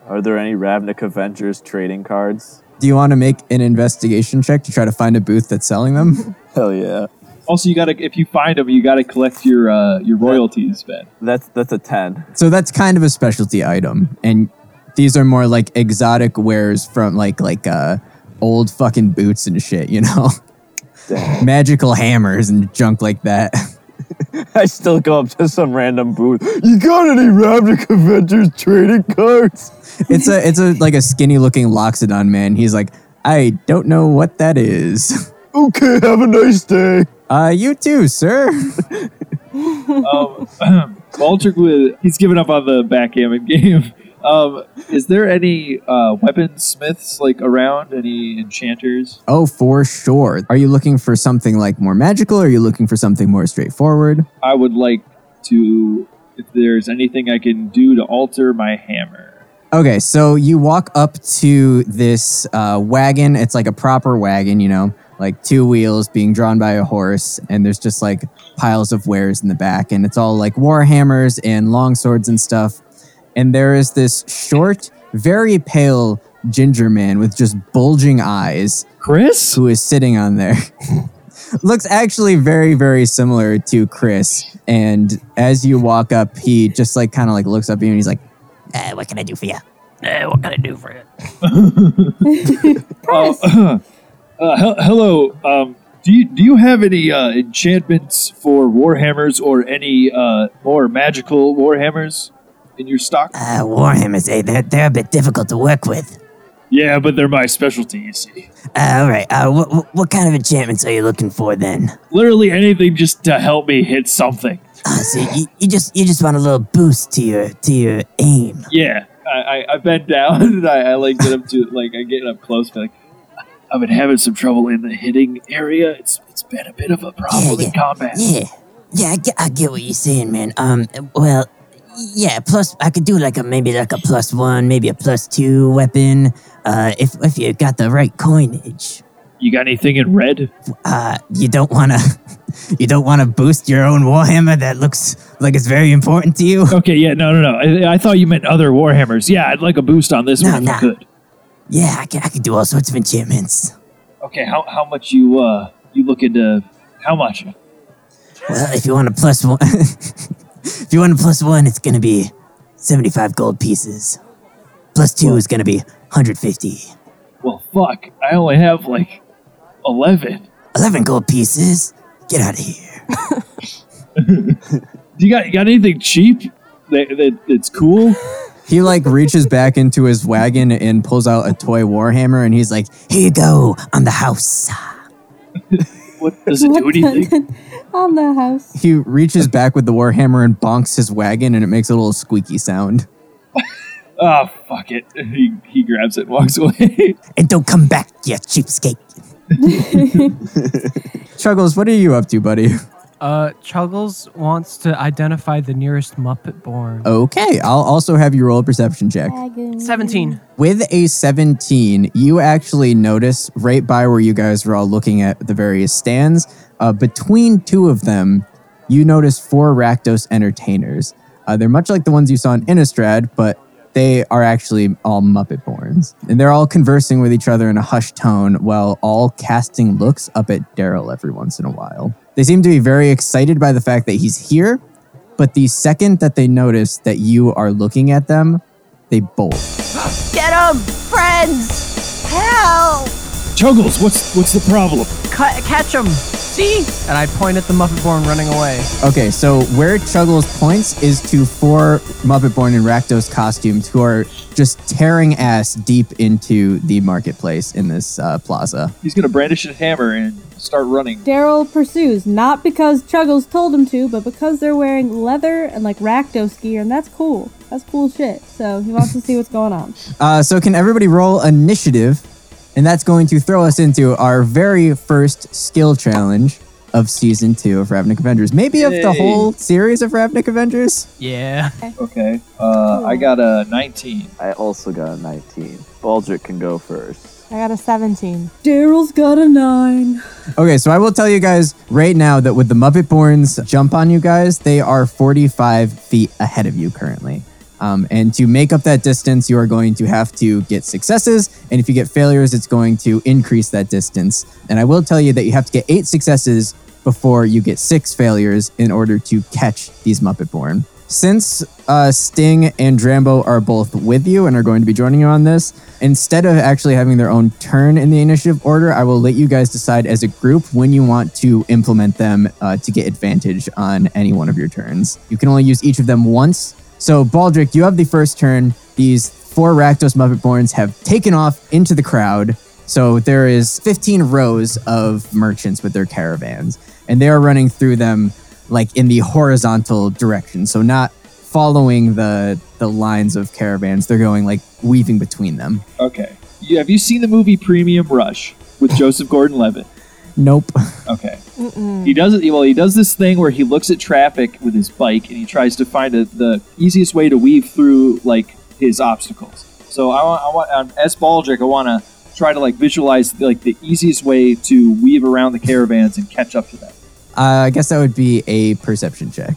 Speaker 3: Are there any Ravnik Avengers trading cards?
Speaker 2: Do you want to make an investigation check to try to find a booth that's selling them?
Speaker 3: Hell yeah.
Speaker 6: Also, you gotta if you find them, you gotta collect your uh, your royalties, Ben.
Speaker 3: That's that's a ten.
Speaker 2: so that's kind of a specialty item, and these are more like exotic wares from like like uh, old fucking boots and shit, you know,
Speaker 3: Damn.
Speaker 2: magical hammers and junk like that.
Speaker 3: I still go up to some random booth. You got any Ravnik Avengers trading cards?
Speaker 2: It's a it's a like a skinny looking loxodon man. He's like, I don't know what that is.
Speaker 3: Okay, have a nice day.
Speaker 2: Uh, you too, sir.
Speaker 6: Um, Baldric would he's given up on the backgammon game. Um, is there any uh, weaponsmiths like around? Any enchanters?
Speaker 2: Oh, for sure. Are you looking for something like more magical? Or are you looking for something more straightforward?
Speaker 6: I would like to. If there's anything I can do to alter my hammer,
Speaker 2: Okay, so you walk up to this uh, wagon. It's like a proper wagon, you know, like two wheels being drawn by a horse, and there's just like piles of wares in the back, and it's all like war hammers and long swords and stuff. And there is this short, very pale ginger man with just bulging eyes
Speaker 6: Chris.
Speaker 2: who is sitting on there looks actually very very similar to chris and as you walk up he just like kind of like looks up at you and he's like
Speaker 8: Uh, what can I do for you?
Speaker 5: Eh, what can I do for you?
Speaker 6: Oh, uh, he- hello. Um, do you do you have any uh, enchantments for warhammers or any uh, more magical warhammers in your stock?
Speaker 8: Uh, Warhammers, eh, they're, they're a bit difficult to work with.
Speaker 6: Yeah, but they're my specialty. You see,
Speaker 8: Uh, all right, uh, wh- wh- what kind of enchantments are you looking for then?
Speaker 6: literally anything just to help me hit something.
Speaker 8: Uh, so you, you just you just want a little boost to your to your aim.
Speaker 6: Yeah, I, I, I bend down and I, I like get up to like I get up close, but like I've been having some trouble in the hitting area. It's it's been a bit of a problem
Speaker 8: Yeah,
Speaker 6: in combat.
Speaker 8: Yeah, yeah, I get, I get what you're saying, man. Um, well, yeah. Plus, I could do like a maybe like a plus one, maybe a plus two weapon. Uh, if if you got the right coinage.
Speaker 6: You got anything in red?
Speaker 8: Uh, you don't want to, you don't want to boost your own warhammer that looks like it's very important to you.
Speaker 6: Okay, yeah, no, no, no. I, I thought you meant other warhammers. Yeah, I'd like a boost on this
Speaker 8: No,
Speaker 6: one if I
Speaker 8: no.
Speaker 6: could.
Speaker 8: Yeah, I can, I can do all sorts of enchantments.
Speaker 6: Okay, how how much you uh you look into? How much?
Speaker 8: Well, if you want a plus one, if you want a plus one, it's gonna be seventy-five gold pieces. Plus two is gonna be hundred fifty.
Speaker 6: Well, fuck. I only have like eleven.
Speaker 8: Eleven gold pieces. Get out of here.
Speaker 6: Do you got you got anything cheap that, that that's cool?
Speaker 2: he like reaches back into his wagon and pulls out a toy warhammer and he's like
Speaker 8: Here you go on the house.
Speaker 6: What does it do
Speaker 1: What the-
Speaker 6: anything?
Speaker 1: On the house.
Speaker 2: he reaches back with the warhammer and bonks his wagon and it makes a little squeaky sound
Speaker 6: Oh, fuck it. He, he grabs it and walks away.
Speaker 8: And don't come back, you cheapskate.
Speaker 2: chuggles what are you up to buddy
Speaker 5: Uh, Chuggles wants to identify the nearest Muppet born.
Speaker 2: okay i'll also have you roll a perception check
Speaker 5: 17.
Speaker 2: With a 17, you actually notice right by where you guys were all looking at the various stands, uh, between two of them, you notice four Rakdos entertainers. Uh, they're much like the ones you saw in Innistrad, but they are actually all Muppet borns. And they're all conversing with each other in a hushed tone while all casting looks up at Daryl every once in a while. They seem to be very excited by the fact that he's here, but the second that they notice that you are looking at them, they bolt.
Speaker 8: Get him, friends. Help!
Speaker 6: Chuggles, what's what's the problem?
Speaker 5: Ca- catch him! See? And I point at the Muppet born running away.
Speaker 2: Okay, so where Chuggles points is to four Muppet Born in Rakdos costumes who are just tearing ass deep into the marketplace in this uh, plaza.
Speaker 6: He's going to brandish his hammer and start running.
Speaker 1: Daryl pursues, not because Chuggles told him to, but because they're wearing leather and like racto gear, and that's cool. That's cool shit. So he wants to see what's going on.
Speaker 2: Uh, so can everybody roll initiative? And that's going to throw us into our very first skill challenge of season two of Ravnik Avengers. Maybe of the
Speaker 6: Yay.
Speaker 2: whole series of Ravnik Avengers.
Speaker 5: Yeah.
Speaker 6: Okay, uh, I got a 19.
Speaker 3: I also got a 19. Baldrick can go first.
Speaker 7: I got a 17.
Speaker 1: Daryl's got a nine.
Speaker 2: Okay, so I will tell you guys right now that with the Muppet Borns jump on you guys, they are 45 feet ahead of you currently. Um, and to make up that distance, you are going to have to get successes. And if you get failures, it's going to increase that distance. And I will tell you that you have to get eight successes before you get six failures in order to catch these Muppet Born. Since uh, Sting and Drambo are both with you and are going to be joining you on this, instead of actually having their own turn in the initiative order, I will let you guys decide as a group when you want to implement them uh, to get advantage on any one of your turns. You can only use each of them once. So, Baldric, you have the first turn. These four Rakdos Muppetborns have taken off into the crowd. So there is 15 rows of merchants with their caravans, and they are running through them like in the horizontal direction. So not following the the lines of caravans. They're going like weaving between them.
Speaker 6: Okay. You, have you seen the movie Premium Rush with Joseph Gordon-Levitt?
Speaker 2: Nope.
Speaker 6: Okay. He does it. Well, he does this thing where he looks at traffic with his bike and he tries to find a, the easiest way to weave through like his obstacles. So I want, I want um, as Baldric, I want to try to like visualize like the easiest way to weave around the caravans and catch up to them.
Speaker 2: Uh, I guess that would be a perception check.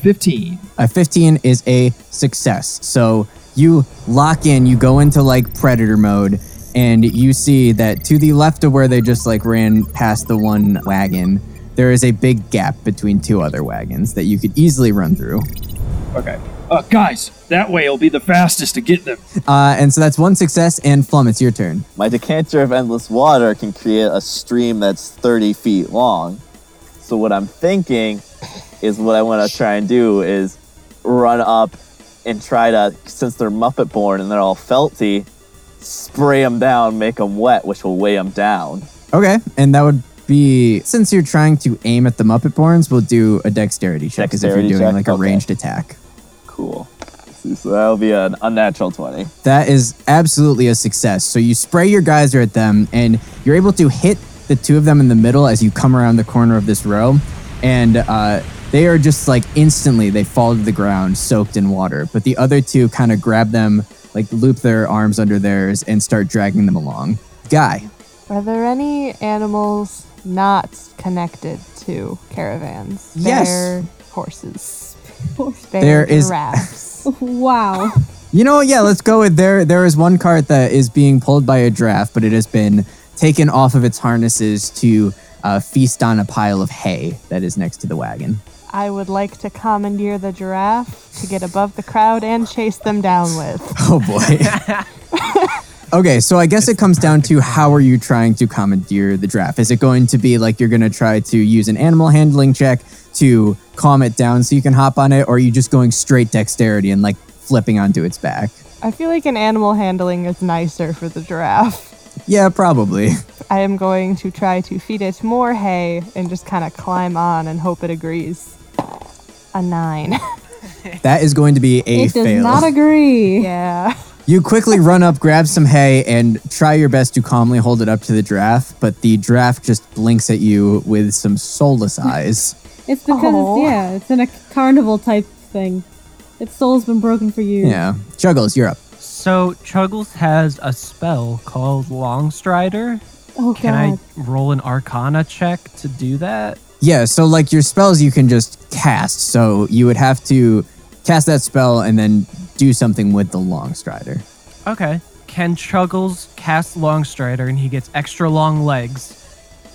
Speaker 6: Fifteen.
Speaker 2: A 15 is a success. So you lock in, you go into like predator mode, and you see that to the left of where they just like ran past the one wagon, there is a big gap between two other wagons that you could easily run through.
Speaker 6: Okay. Uh, guys, that way will be the fastest to get them.
Speaker 2: Uh, and so that's one success, and Flum, it's your turn.
Speaker 3: My decanter of endless water can create a stream that's 30 feet long. So what I'm thinking is what I want to try and do is run up and try to, since they're Muppet born and they're all felty, spray them down, make them wet, which will weigh them down.
Speaker 2: Okay, and that would be since you're trying to aim at the Muppet Borns, we'll do a dexterity check as if you're
Speaker 3: Dexterity
Speaker 2: doing
Speaker 3: check,
Speaker 2: like a
Speaker 3: okay.
Speaker 2: ranged attack.
Speaker 3: Cool. So that'll be an unnatural 20.
Speaker 2: That is absolutely a success. So you spray your geyser at them, and you're able to hit the two of them in the middle as you come around the corner of this row, and uh, they are just like instantly they fall to the ground, soaked in water. But the other two kind of grab them, like loop their arms under theirs, and start dragging them along. Guy,
Speaker 7: Are there any animals not connected to caravans?
Speaker 2: Yes.
Speaker 7: Bear, horses. Bear,
Speaker 2: There is-
Speaker 7: giraffes.
Speaker 1: Wow.
Speaker 2: You know, yeah, let's go with there. There is one cart that is being pulled by a giraffe, but it has been taken off of its harnesses to uh, feast on a pile of hay that is next to the wagon.
Speaker 7: I would like to commandeer the giraffe to get above the crowd and chase them down with.
Speaker 2: Oh boy. okay, so I guess it comes down to how are you trying to commandeer the giraffe? Is it going to be like you're going to try to use an animal handling check to calm it down so you can hop on it, or are you just going straight dexterity and like flipping onto its back?
Speaker 7: I feel like an animal handling is nicer for the giraffe.
Speaker 2: Yeah, probably.
Speaker 7: I am going to try to feed it more hay and just kind of climb on and hope it agrees. A nine.
Speaker 2: That is going to be a
Speaker 1: it does
Speaker 2: fail.
Speaker 1: not agree.
Speaker 7: yeah.
Speaker 2: You quickly run up, grab some hay, and try your best to calmly hold it up to the giraffe, but the giraffe just blinks at you with some soulless eyes.
Speaker 1: It's because
Speaker 7: Aw.
Speaker 1: it's yeah, it's in a carnival type thing. Its soul's been broken for years.
Speaker 2: Yeah. Juggles, you're up.
Speaker 5: So Chuggles has a spell called Longstrider.
Speaker 1: Oh god.
Speaker 5: Can I roll an Arcana check to do that?
Speaker 2: Yeah, so like your spells you can just cast, so you would have to cast that spell and then do something with the long strider.
Speaker 5: Okay. Can Chuggles cast Longstrider and he gets extra long legs?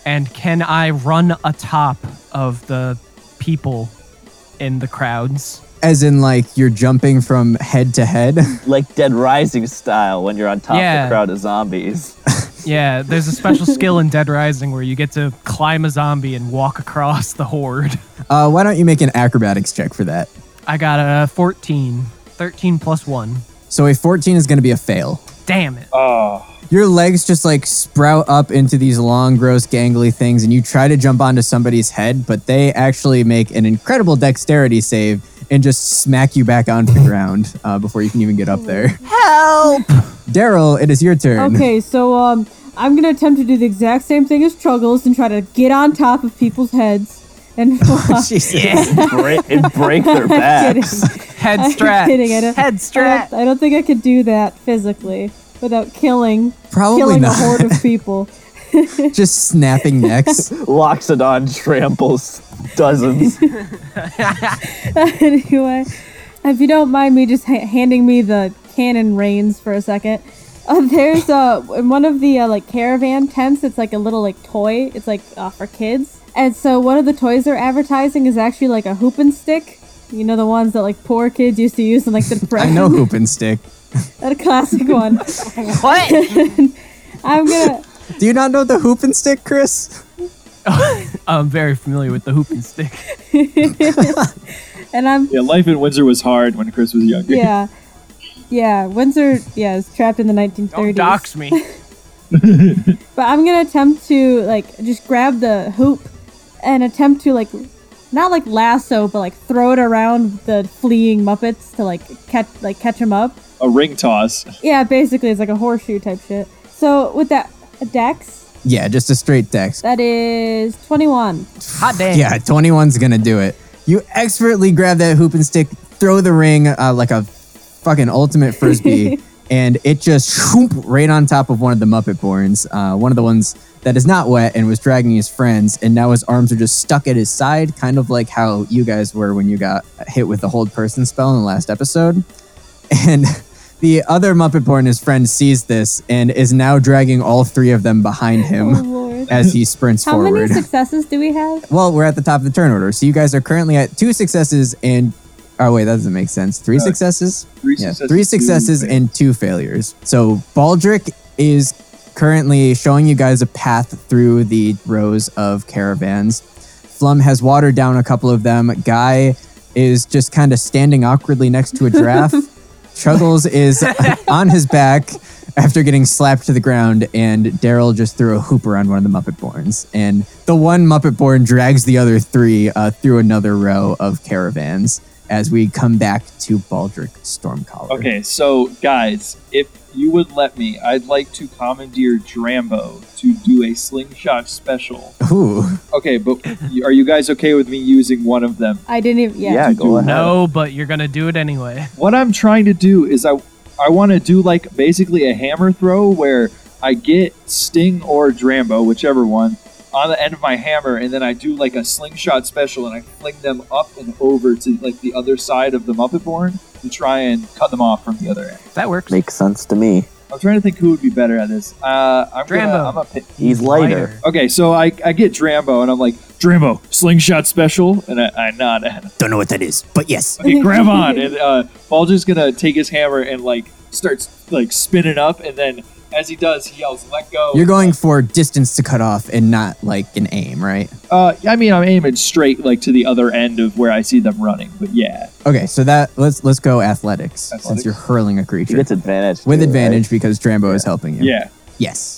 Speaker 5: And can I run atop of the people in the crowds?
Speaker 2: As in like you're jumping from head to head.
Speaker 3: Like Dead Rising style when you're on top of
Speaker 5: Yeah.
Speaker 3: a crowd of zombies.
Speaker 5: Yeah, Uh, there's a special skill in Dead Rising where you get to climb a zombie and walk across the horde.
Speaker 2: Uh, why don't you make an acrobatics check for that?
Speaker 5: I got a 14. 13 plus 1.
Speaker 2: So a 14 is going to be a fail.
Speaker 5: Damn it.
Speaker 6: Oh,
Speaker 2: Your legs just like sprout up into these long, gross, gangly things, and you try to jump onto somebody's head, but they actually make an incredible dexterity save and just smack you back onto the ground uh, before you can even get up there. Help! Daryl, it is your turn.
Speaker 1: Okay, so um, I'm gonna attempt to do the exact same thing as Truggles and try to get on top of people's heads and
Speaker 6: Oh,
Speaker 2: Jesus.
Speaker 3: break, it break their backs.
Speaker 5: Head
Speaker 1: I'm
Speaker 5: strat.
Speaker 1: kidding, I don't-
Speaker 5: Head
Speaker 1: I
Speaker 5: strat.
Speaker 1: don't, I don't think I could do that physically without killing
Speaker 2: Probably
Speaker 1: killing
Speaker 2: not.
Speaker 1: a horde of people.
Speaker 2: Just snapping necks.
Speaker 3: Loxodon tramples dozens.
Speaker 1: anyway, if you don't mind me just ha- handing me the cannon reins for a second, uh, there's uh in one of the uh, like caravan tents. It's like a little like toy. It's like uh, for kids. And so one of the toys they're advertising is actually like a hoopin' stick. You know the ones that like poor kids used to use in like the
Speaker 2: I
Speaker 1: depression.
Speaker 2: know hoop and stick.
Speaker 1: That classic one.
Speaker 5: What?
Speaker 1: I'm gonna.
Speaker 2: Do you not know the hoop and stick, Chris?
Speaker 5: I'm very familiar with the hoop and stick.
Speaker 1: And I'm
Speaker 6: yeah. Life in Windsor was hard when Chris was younger.
Speaker 1: yeah, yeah. Windsor yeah is trapped in the 1930s.
Speaker 5: Don't dox me.
Speaker 1: But I'm gonna attempt to like just grab the hoop and attempt to like not like lasso, but like throw it around the fleeing Muppets to like catch like catch them up.
Speaker 6: A ring toss.
Speaker 1: Yeah, basically it's like a horseshoe type shit. So with that a dex,
Speaker 2: Yeah, just a straight dex.
Speaker 1: that is 21.
Speaker 5: Hot damn.
Speaker 2: Yeah, 21's gonna do it. You expertly grab that hoop and stick, throw the ring uh, like a fucking ultimate frisbee, and it just shoop right on top of one of the Muppet Borns, uh, one of the ones that is not wet and was dragging his friends, and now his arms are just stuck at his side, kind of like how you guys were when you got hit with the hold person spell in the last episode. And the other Muppet Born, his friend, sees this and is now dragging all three of them behind
Speaker 1: Oh
Speaker 2: him
Speaker 1: lord.
Speaker 2: as he sprints
Speaker 1: How
Speaker 2: forward.
Speaker 1: many successes do we have?
Speaker 2: Well, we're at the top of the turn order. So you guys are currently at two successes and. Oh, wait, that doesn't make sense. Three successes?
Speaker 6: Uh, Three
Speaker 2: Yeah,
Speaker 6: successes.
Speaker 2: three successes
Speaker 6: two fails.
Speaker 2: and two failures. So Baldric is currently showing you guys a path through the rows of caravans. Flum has watered down a couple of them. Guy is just kind of standing awkwardly next to a giraffe. Chuggles is on his back after getting slapped to the ground, and Daryl just threw a hoop around one of the Muppet Borns. And the one Muppet Born drags the other three uh, through another row of caravans as we come back to Baldric Stormcaller.
Speaker 6: Okay, so guys, if you would let me, I'd like to commandeer Drambo to do a slingshot special.
Speaker 2: Ooh.
Speaker 6: Okay, but are you guys okay with me using one of them?
Speaker 1: I didn't even yeah.
Speaker 3: Yeah, go ahead.
Speaker 5: No, but you're gonna do it anyway.
Speaker 6: What I'm trying to do is I I want to do like basically a hammer throw where I get Sting or Drambo, whichever one, on the end of my hammer, and then I do like a slingshot special and I fling them up and over to like the other side of the Muppet Born to try and cut them off from the other end.
Speaker 5: That works.
Speaker 3: Makes sense to me.
Speaker 6: I'm trying to think who would be better at this. Uh, I'm
Speaker 5: Drambo.
Speaker 6: gonna, I'm gonna pick.
Speaker 3: He's lighter.
Speaker 6: Okay, so I, I get Drambo, and I'm like, Drambo, slingshot special, and I, I nod at him.
Speaker 8: Don't know what that is, but yes.
Speaker 6: Okay, grab on, and uh, Bulger's gonna take his hammer and like starts like spinning up, and then as he does, he yells, "Let go!"
Speaker 2: You're going for distance to cut off and not like an aim, right?
Speaker 6: Uh, I mean, I'm aiming straight like to the other end of where I see them running, but yeah,
Speaker 2: Okay, so that let's let's go athletics, since
Speaker 6: Athletics?
Speaker 2: you're hurling a
Speaker 3: He
Speaker 2: creature.
Speaker 3: gets advantage.
Speaker 2: with
Speaker 3: too,
Speaker 2: advantage because Drambo is helping you.
Speaker 6: yeah.
Speaker 2: Yes.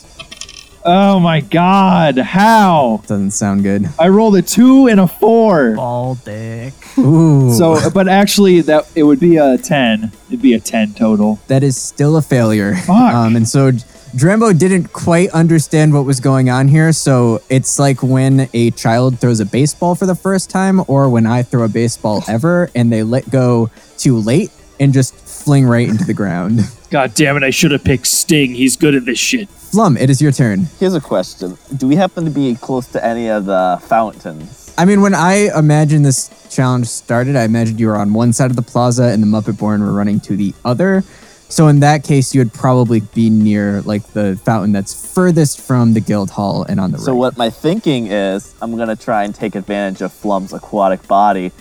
Speaker 6: Oh my God, how
Speaker 2: Doesn't sound good.
Speaker 6: I rolled a two and a four.
Speaker 5: Ball dick.
Speaker 2: Ooh.
Speaker 6: So, but actually, that it would be a ten. It'd be a ten total.
Speaker 2: that is still a failure.
Speaker 6: Fuck.
Speaker 2: Um, and so Drambo didn't quite understand what was going on here. So it's like when a child throws a baseball for the first time, or when I throw a baseball ever, and they let go too late and just fling right into the ground.
Speaker 6: God damn it, I should have picked Sting. He's good at this shit.
Speaker 2: Flum, it is your turn.
Speaker 3: right? Here's a question: Do we happen to be close to any of the fountains?
Speaker 2: I mean, when I imagined this challenge started, I imagined you were on one side of the plaza and the Muppet Born were running to the other. So in that case, you would probably be near like the fountain that's furthest from the guild hall and on the
Speaker 3: So
Speaker 2: right.
Speaker 3: what my thinking is, I'm gonna try and take advantage of Flum's aquatic body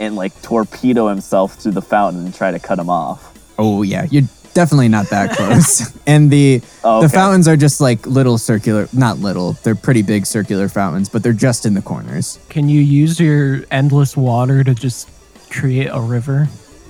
Speaker 3: and like torpedo himself through the fountain and try to cut him off.
Speaker 2: Oh yeah, you're definitely not that close. and the
Speaker 3: Oh,
Speaker 2: the
Speaker 3: okay.
Speaker 2: fountains are just like little circular, not little. They're pretty big circular fountains, but they're just in the corners.
Speaker 5: Can you use your endless water to just create a river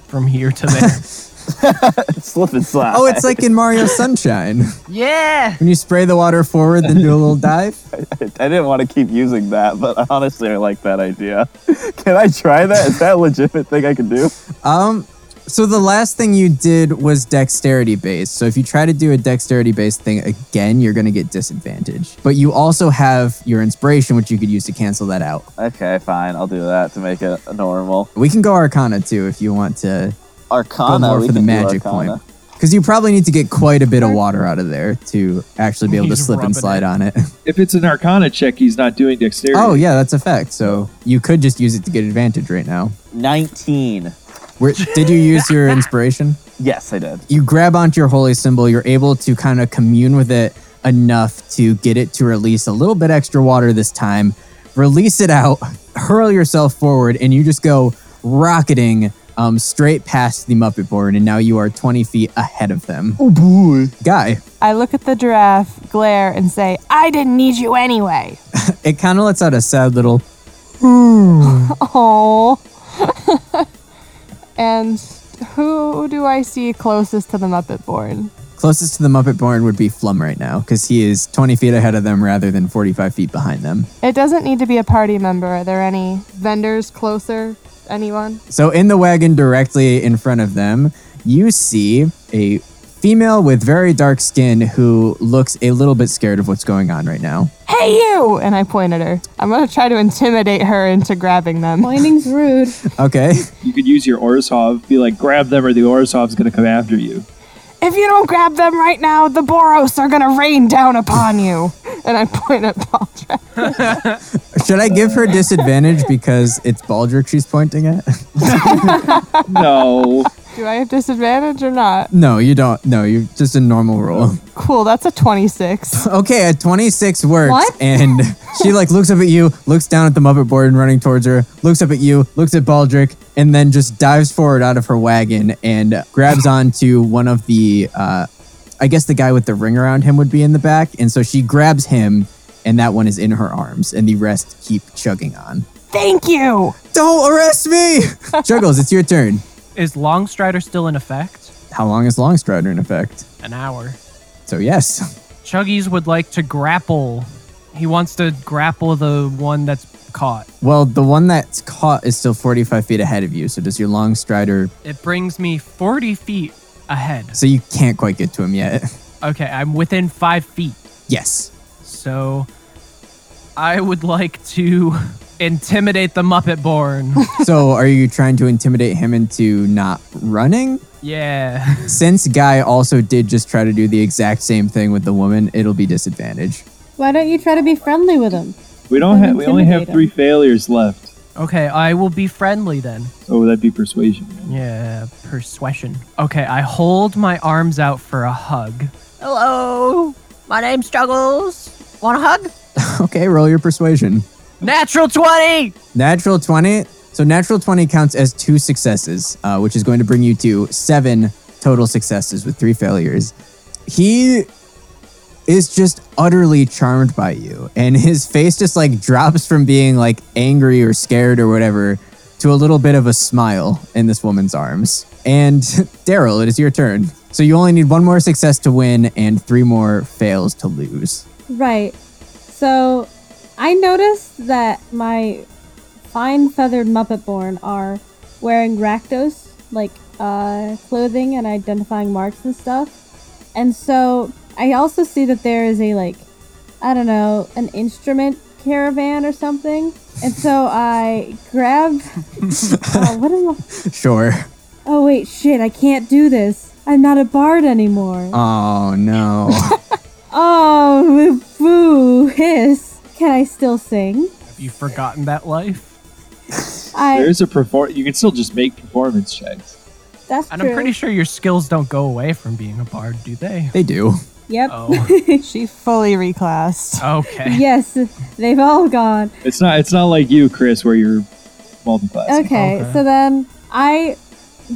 Speaker 5: from here to there?
Speaker 3: Slip and slide.
Speaker 2: Oh, it's like in Mario Sunshine.
Speaker 5: Yeah.
Speaker 2: When you spray the water forward, then do a little dive.
Speaker 3: I didn't want to keep using that, but honestly, I like that idea. Can I try that? Is that a legitimate thing I can do?
Speaker 2: Um, so the last thing you did was dexterity based. So if you try to do a dexterity based thing again, you're going to get disadvantaged. But you also have your inspiration, which you could use to cancel that out.
Speaker 3: Okay, fine. I'll do that to make it normal.
Speaker 2: We can go Arcana too if you want to go
Speaker 3: Arcana.
Speaker 2: more
Speaker 3: we
Speaker 2: for the
Speaker 3: can do
Speaker 2: magic
Speaker 3: Arcana.
Speaker 2: point. Because you probably need to get quite a bit of water out of there to actually be able to
Speaker 5: He's
Speaker 2: slip and
Speaker 5: rubbing it.
Speaker 2: slide on it.
Speaker 6: If it's an Arcana check, he's not doing dexterity.
Speaker 2: Oh, yeah, that's a fact. So you could just use it to get advantage right now.
Speaker 3: Nineteen.
Speaker 2: Where, did you use your inspiration?
Speaker 3: Yes, I did.
Speaker 2: you grab onto your holy symbol, you're able to kind of commune with it enough to get it to release a little bit extra water this time. Release it out, hurl yourself forward, and you just go rocketing um, straight past the Muppet board. And now you are 20 feet ahead of them. Oh boy. Guy,
Speaker 7: I look at the giraffe, glare, and say, I didn't need you anyway.
Speaker 2: it kind of lets out a sad little.
Speaker 7: Oh. and who do I see closest to the Muppet board?
Speaker 2: Closest to the Muppet board would be Flum right now because he is 20 feet ahead of them rather than 45 feet behind them.
Speaker 7: It doesn't need to be a party member. Are there any vendors closer? Anyone?
Speaker 2: So in the wagon directly in front of them, you see a female with very dark skin who looks a little bit scared of what's going on right now.
Speaker 7: Hey, you! And I point at her. I'm going to try to intimidate her into grabbing them.
Speaker 1: Pointing's rude.
Speaker 2: Oh, Okay.
Speaker 6: You could use your Orzhov, be like, grab them or the Orzhov's going to come after you.
Speaker 7: If you don't grab them right now, the Boros are going to rain down upon you. and I point at Baldra.
Speaker 2: Should I give her disadvantage because it's Baldric she's pointing at?
Speaker 6: No.
Speaker 7: Do I have disadvantage or not?
Speaker 2: No, you don't. No, you just a normal roll.
Speaker 7: Cool, that's a 26.
Speaker 2: Okay, a 26 works.
Speaker 1: What?
Speaker 2: And she like looks up at you, looks down at the Muppet board and running towards her, looks up at you, looks at Baldric, and then just dives forward out of her wagon and grabs onto one of the, uh, I guess the guy with the ring around him would be in the back. And so she grabs him and that one is in her arms and the rest keep chugging on.
Speaker 7: Thank you!
Speaker 2: Don't arrest me! Juggles, it's your turn.
Speaker 5: Is Longstrider still in effect?
Speaker 2: How long is Longstrider in effect?
Speaker 5: An hour.
Speaker 2: So yes.
Speaker 5: Chuggies would like to grapple. He wants to grapple the one that's caught.
Speaker 2: Well, the one that's caught is still 45 feet ahead of you. So does your Longstrider
Speaker 5: It brings me 40 feet ahead.
Speaker 2: So you can't quite get to him yet.
Speaker 5: Okay, I'm within five feet.
Speaker 2: Yes.
Speaker 5: So I would like to intimidate the Muppet Born.
Speaker 2: So are you trying to intimidate him into not running?
Speaker 5: yeah.
Speaker 2: Since Guy also did just try to do the exact same thing with the woman, it'll be disadvantage.
Speaker 1: Why don't you try to be friendly with him?
Speaker 6: We don't have. We only have
Speaker 1: Intimidate him.
Speaker 6: three failures left.
Speaker 5: Okay, I will be friendly then.
Speaker 6: Oh, that'd be persuasion. man.
Speaker 5: Yeah, persuasion. Okay, I hold my arms out for a hug. Hello, my name's Struggles. Want a hug?
Speaker 2: Okay, roll your persuasion.
Speaker 5: Natural 20!
Speaker 2: Natural 20. So natural 20 counts as two successes, uh, which is going to bring you to seven total successes with three failures. He is just utterly charmed by you, and his face just like drops from being like angry or scared or whatever to a little bit of a smile in this woman's arms. And Daryl, it is your turn. So you only need one more success to win and three more fails to lose.
Speaker 1: Right. So I noticed that my fine feathered Muppet born are wearing Rakdos like uh, clothing and identifying marks and stuff. And so I also see that there is a like I don't know an instrument caravan or something. And so I grabbed. oh, what am I?
Speaker 2: Sure.
Speaker 1: Oh wait, shit! I can't do this. I'm not a bard anymore.
Speaker 2: Oh no.
Speaker 1: Oh, boo, hiss. Can I still sing?
Speaker 5: Have you forgotten that life?
Speaker 1: I.
Speaker 6: There's a perform. You can still just make performance checks.
Speaker 1: That's
Speaker 5: And
Speaker 1: true.
Speaker 5: I'm pretty sure your skills don't go away from being a bard, do they?
Speaker 2: they do.
Speaker 1: Yep.
Speaker 5: Oh,
Speaker 7: She fully reclassed.
Speaker 5: okay.
Speaker 1: Yes, they've all gone.
Speaker 6: It's not. It's not like you, Chris, where you're multiplied.
Speaker 1: Okay,
Speaker 5: Okay.
Speaker 1: so then I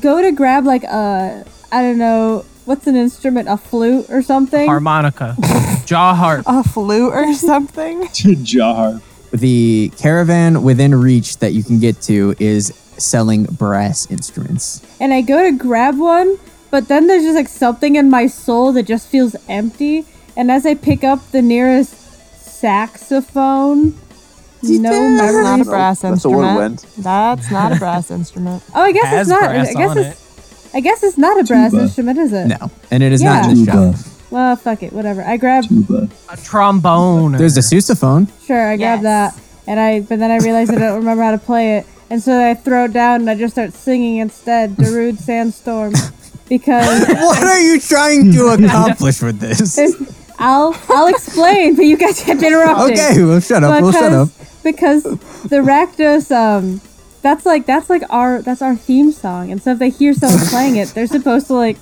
Speaker 1: go to grab like a I don't know what's an instrument, a flute or something.
Speaker 5: Harmonica, jaw harp.
Speaker 7: A flute or something?
Speaker 6: Jar.
Speaker 2: the caravan within reach that you can get to is selling brass instruments.
Speaker 1: and I go to grab one, but then there's just like something in my soul that just feels empty. And as I pick up the nearest saxophone, no
Speaker 7: That's
Speaker 1: memory.
Speaker 7: not a brass
Speaker 3: That's a
Speaker 7: instrument.
Speaker 3: whirlwind.
Speaker 7: That's not a brass instrument.
Speaker 1: Oh, I guess
Speaker 5: Has
Speaker 1: it's not. I
Speaker 5: brass
Speaker 1: guess
Speaker 5: on
Speaker 1: it's. I guess it's not a brass
Speaker 6: Tuba.
Speaker 1: instrument, is it?
Speaker 2: No, and it is not
Speaker 1: Yeah.
Speaker 2: in this shop.
Speaker 1: Well, fuck it, whatever. I grab.
Speaker 6: tuba.
Speaker 5: A trombone.
Speaker 2: There's a sousaphone.
Speaker 1: Sure, I grab
Speaker 7: Yes.
Speaker 1: that, and I. But then I realize I don't remember how to play it, and so I throw it down and I just start singing instead, Darude Sandstorm, because
Speaker 2: What are you trying to accomplish with this?
Speaker 1: I'll I'll explain, but you guys kept interrupting.
Speaker 2: Okay, well, shut up. Well, shut up.
Speaker 1: because the Rakdos, um, that's like that's like our that's our theme song, and so if they hear someone playing it, they're supposed to like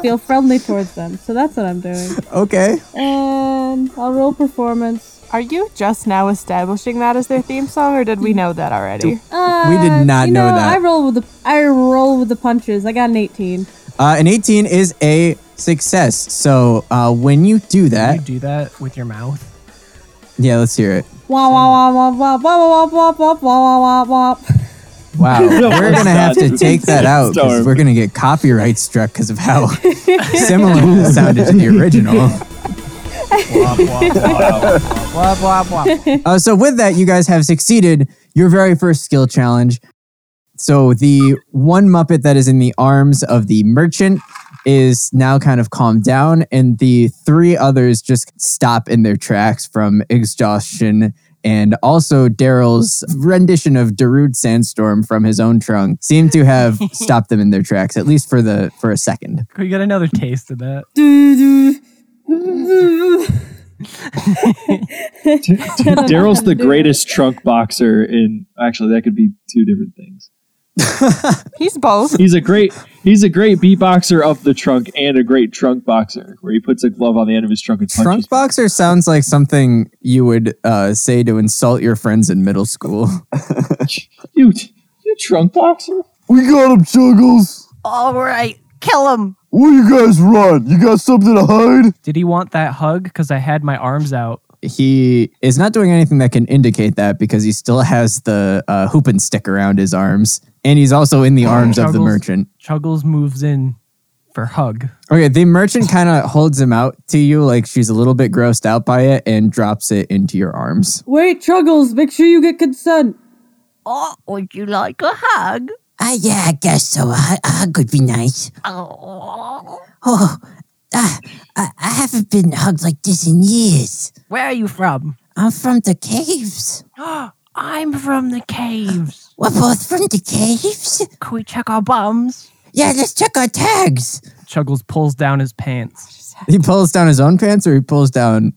Speaker 1: feel friendly towards them. So that's what I'm doing,
Speaker 2: Okay.
Speaker 7: Um,
Speaker 1: and I'll roll performance.
Speaker 7: Are you just now establishing that as their theme song, or did we know that already?
Speaker 1: Uh,
Speaker 2: We did not
Speaker 1: you know,
Speaker 2: know that.
Speaker 1: I roll with the I roll with the punches. I got an 18.
Speaker 2: Uh, an 18 is a success. So uh, when you do that,
Speaker 5: you do that with your mouth.
Speaker 2: yeah, let's hear it.
Speaker 1: Wah wah wah wah wah wah wah wah wah wah wah wah wah.
Speaker 2: Wow, we're
Speaker 6: it's
Speaker 2: gonna have
Speaker 6: not.
Speaker 2: to take that out because
Speaker 6: Storm.
Speaker 2: we're gonna get copyright struck because of how similar it sounded to the original. Uh, so with that, you guys have succeeded your very first skill challenge. So the one Muppet that is in the arms of the merchant is now kind of calmed down, and the three others just stop in their tracks from exhaustion. And also, Daryl's rendition of Darude Sandstorm from his own trunk seemed to have stopped them in their tracks, at least for the for a second.
Speaker 5: We got another taste of that.
Speaker 6: Daryl's the greatest trunk boxer in actually that could be two different things.
Speaker 7: He's both.
Speaker 6: He's a great he's a great beatboxer of the trunk and a great trunk boxer where he puts a glove on the end of his trunk and punches.
Speaker 2: Trunk boxer sounds like something you would uh, say to insult your friends in middle school.
Speaker 6: You you trunk boxer?
Speaker 3: We got him, Chuggles.
Speaker 7: All right, kill him.
Speaker 3: What you guys run? You got something to hide?
Speaker 5: Did he want that hug? Because I had my arms out.
Speaker 2: he is not doing anything that can indicate that because he still has the uh, hoop and stick around his arms, and he's also in the arms of the
Speaker 5: Oh, Chuggles.
Speaker 2: merchant.
Speaker 5: Chuggles moves in for hug.
Speaker 2: Okay, the merchant kind of holds him out to you like she's a little bit grossed out by it and drops it into your arms.
Speaker 1: Wait, Truggles, make sure you get consent.
Speaker 8: Oh, would you like a hug? Ah, yeah, I guess so. A, hu- a hug would be nice. Oh, ah, I, I haven't been hugged like this in years.
Speaker 5: Where are you from?
Speaker 8: I'm from the caves.
Speaker 5: I'm from the caves.
Speaker 8: We're both from the caves?
Speaker 5: Can we check our bums?
Speaker 8: Yeah, let's check our tags.
Speaker 5: Chuggles pulls down his pants.
Speaker 2: He pulls down his own pants or he pulls down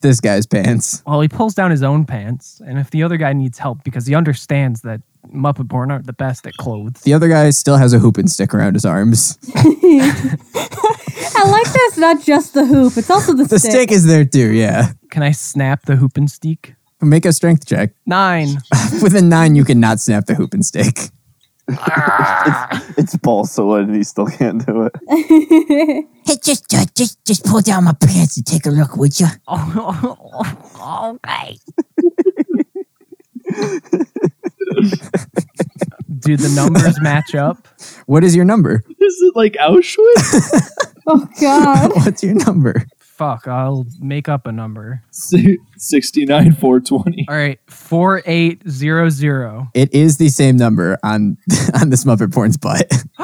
Speaker 2: this guy's pants.
Speaker 5: Well, he pulls down his own pants, and if the other guy needs help, because he understands that Muppet Born aren't the best at clothes.
Speaker 2: The other guy still has a hoop and stick around his arms.
Speaker 1: I like that it's not just the hoop, it's also the,
Speaker 2: The
Speaker 1: stick.
Speaker 2: stick is there too, yeah.
Speaker 5: Can I snap the hoop and steak?
Speaker 2: Make a strength check.
Speaker 5: Nine.
Speaker 2: With a nine, you cannot snap the hoop and stick.
Speaker 3: It's balsa wood, and he still can't do it.
Speaker 8: Hey, just, uh, just, just pull down my pants and take a look, would you? okay.
Speaker 5: Do the numbers match up?
Speaker 2: What is your number?
Speaker 6: Is it like Auschwitz?
Speaker 1: Oh, God.
Speaker 2: What's your number?
Speaker 5: Fuck, I'll make up a number.
Speaker 6: Sixty nine four twenty.
Speaker 5: All right, 4800.
Speaker 2: It is the same number on on this Muppet Porn's butt.
Speaker 5: Uh,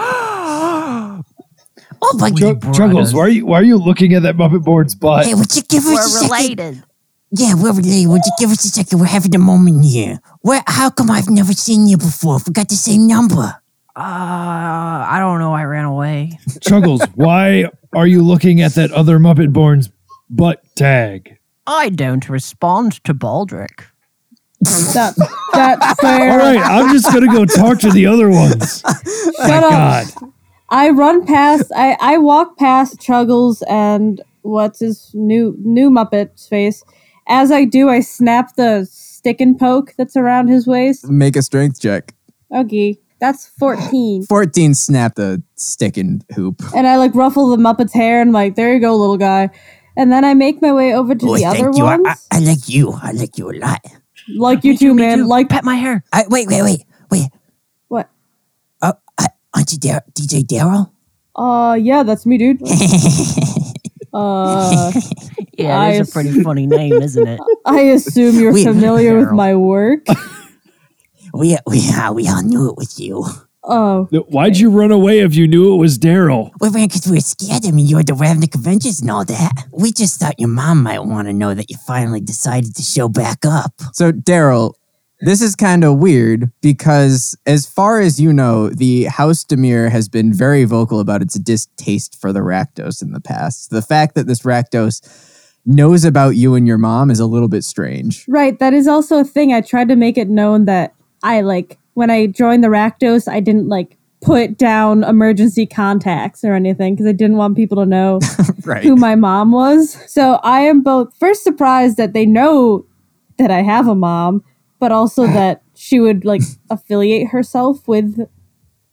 Speaker 8: Oh, my
Speaker 5: Chuck-
Speaker 8: God.
Speaker 5: Brought Chuggles, us- why
Speaker 6: are you why are you looking at that Muppet Board's butt?
Speaker 8: Hey, would you give us a second? Yeah, we're related. Would you give us a second? We're having a moment here. Where? How come I've never seen you before? We got the same number.
Speaker 5: Uh, I don't know. I ran away.
Speaker 9: Chuggles, why are you looking at that other Muppet Born's butt tag?
Speaker 5: I don't respond to Baldric.
Speaker 1: That, that's fair.
Speaker 9: All right, I'm just gonna go talk to the other ones.
Speaker 1: Shut up.
Speaker 9: God,
Speaker 1: I run past, I, I walk past Chuggles and what's his new new Muppet's face. As I do, I snap the stick and poke that's around his waist.
Speaker 2: Make a strength check.
Speaker 1: Okay, that's 14.
Speaker 2: 14 snap the stick and hoop.
Speaker 1: And I like ruffle the Muppet's hair and I'm like, there you go, little guy. And then I make my way over to
Speaker 8: Oh,
Speaker 1: the other
Speaker 8: thank you. I,
Speaker 1: ones.
Speaker 8: I, I like you. I like you a lot.
Speaker 1: like you too, man. Like
Speaker 5: pet my hair.
Speaker 8: I, wait, wait, wait, wait.
Speaker 1: what?
Speaker 8: Uh, I, aren't you Dar- DJ Daryl?
Speaker 1: Uh, yeah, that's me, dude. uh,
Speaker 8: Yeah,
Speaker 1: I
Speaker 8: that's a pretty funny name, isn't it?
Speaker 1: I assume you're
Speaker 8: We-
Speaker 1: familiar with
Speaker 8: Carol.
Speaker 1: my work.
Speaker 8: We we uh, we all knew it was you.
Speaker 1: Oh,
Speaker 9: Why'd you run away if you knew it was Daryl?
Speaker 8: We ran because we were scared. I mean, you were the Ravnik Avengers and all that. We just thought your mom might want to know that you finally decided to show back up.
Speaker 2: So, Daryl, this is kind of weird because, as far as you know, the House Demir has been very vocal about its distaste for the Rakdos in the past. The fact that this Rakdos knows about you and your mom is a little bit strange.
Speaker 1: right. That is also a thing. I tried to make it known that I like when I joined the Rakdos, I didn't like put down emergency contacts or anything because I didn't want people to know
Speaker 2: Right.
Speaker 1: who my mom was. So I am both first surprised that they know that I have a mom, but also that she would like affiliate herself with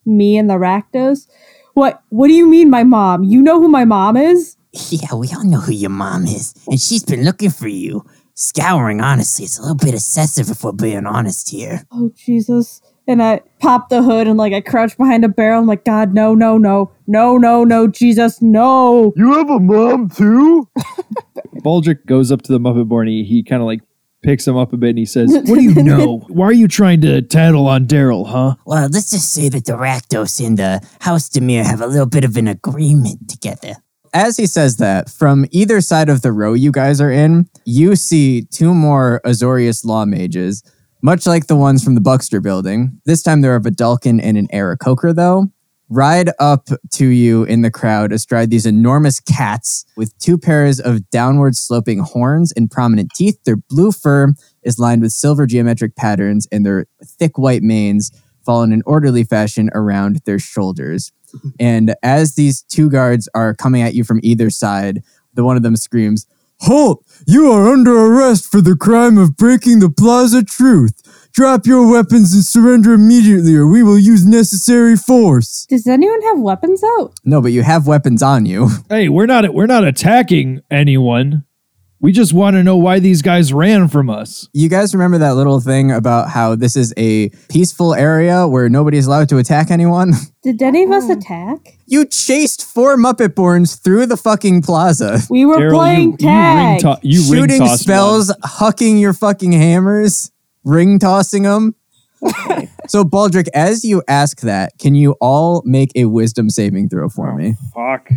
Speaker 1: me and the Rakdos. What what do you mean my mom? You know who my mom is?
Speaker 8: Yeah, we all know who your mom is, and she's been looking for you. Scouring, honestly, it's a little bit excessive if we're being honest here.
Speaker 1: Oh Jesus. And I pop the hood and like I crouch behind a barrel. I'm like, God, no, no, no, no, no, no, Jesus, no.
Speaker 3: You have a mom too?
Speaker 6: Baldric goes up to the Muppet Born. He, he kind of like picks him up a bit and he says,
Speaker 9: What do you know? Why are you trying to tattle on Daryl, huh?
Speaker 8: Well, let's just say that the Rakdos and the House Demir have a little bit of an agreement together.
Speaker 2: As he says that, from either side of the row you guys are in, you see two more Azorius law mages, much like the ones from the Buckster building. This time they're a Vidalkin and an Arakoker, though. Ride up to you in the crowd astride these enormous cats with two pairs of downward sloping horns and prominent teeth. Their blue fur is lined with silver geometric patterns, and their thick white manes fall in an orderly fashion around their shoulders. And as these two guards are coming at you from either side, the one of them screams, Halt! You are under arrest for the crime of breaking the plaza truth. Drop your weapons and surrender immediately, or we will use necessary force.
Speaker 1: Does anyone have weapons out?
Speaker 2: No, but you have weapons on you.
Speaker 9: Hey, we're not we're not attacking anyone. We just want to know why these guys ran from us.
Speaker 2: You guys remember that little thing about how this is a peaceful area where nobody's allowed to attack anyone?
Speaker 1: Did any of us
Speaker 10: Mm.
Speaker 1: attack?
Speaker 2: You chased four Muppet Borns through the fucking plaza.
Speaker 1: We were
Speaker 9: Daryl,
Speaker 1: playing
Speaker 9: you, you ring
Speaker 1: tag.
Speaker 9: to- you ring
Speaker 2: shooting
Speaker 9: tossed
Speaker 2: spells, hucking your fucking hammers, ring tossing them. so, Baldric, as you ask that, can you all make a wisdom saving throw for me?
Speaker 9: one. Oh, Fuck.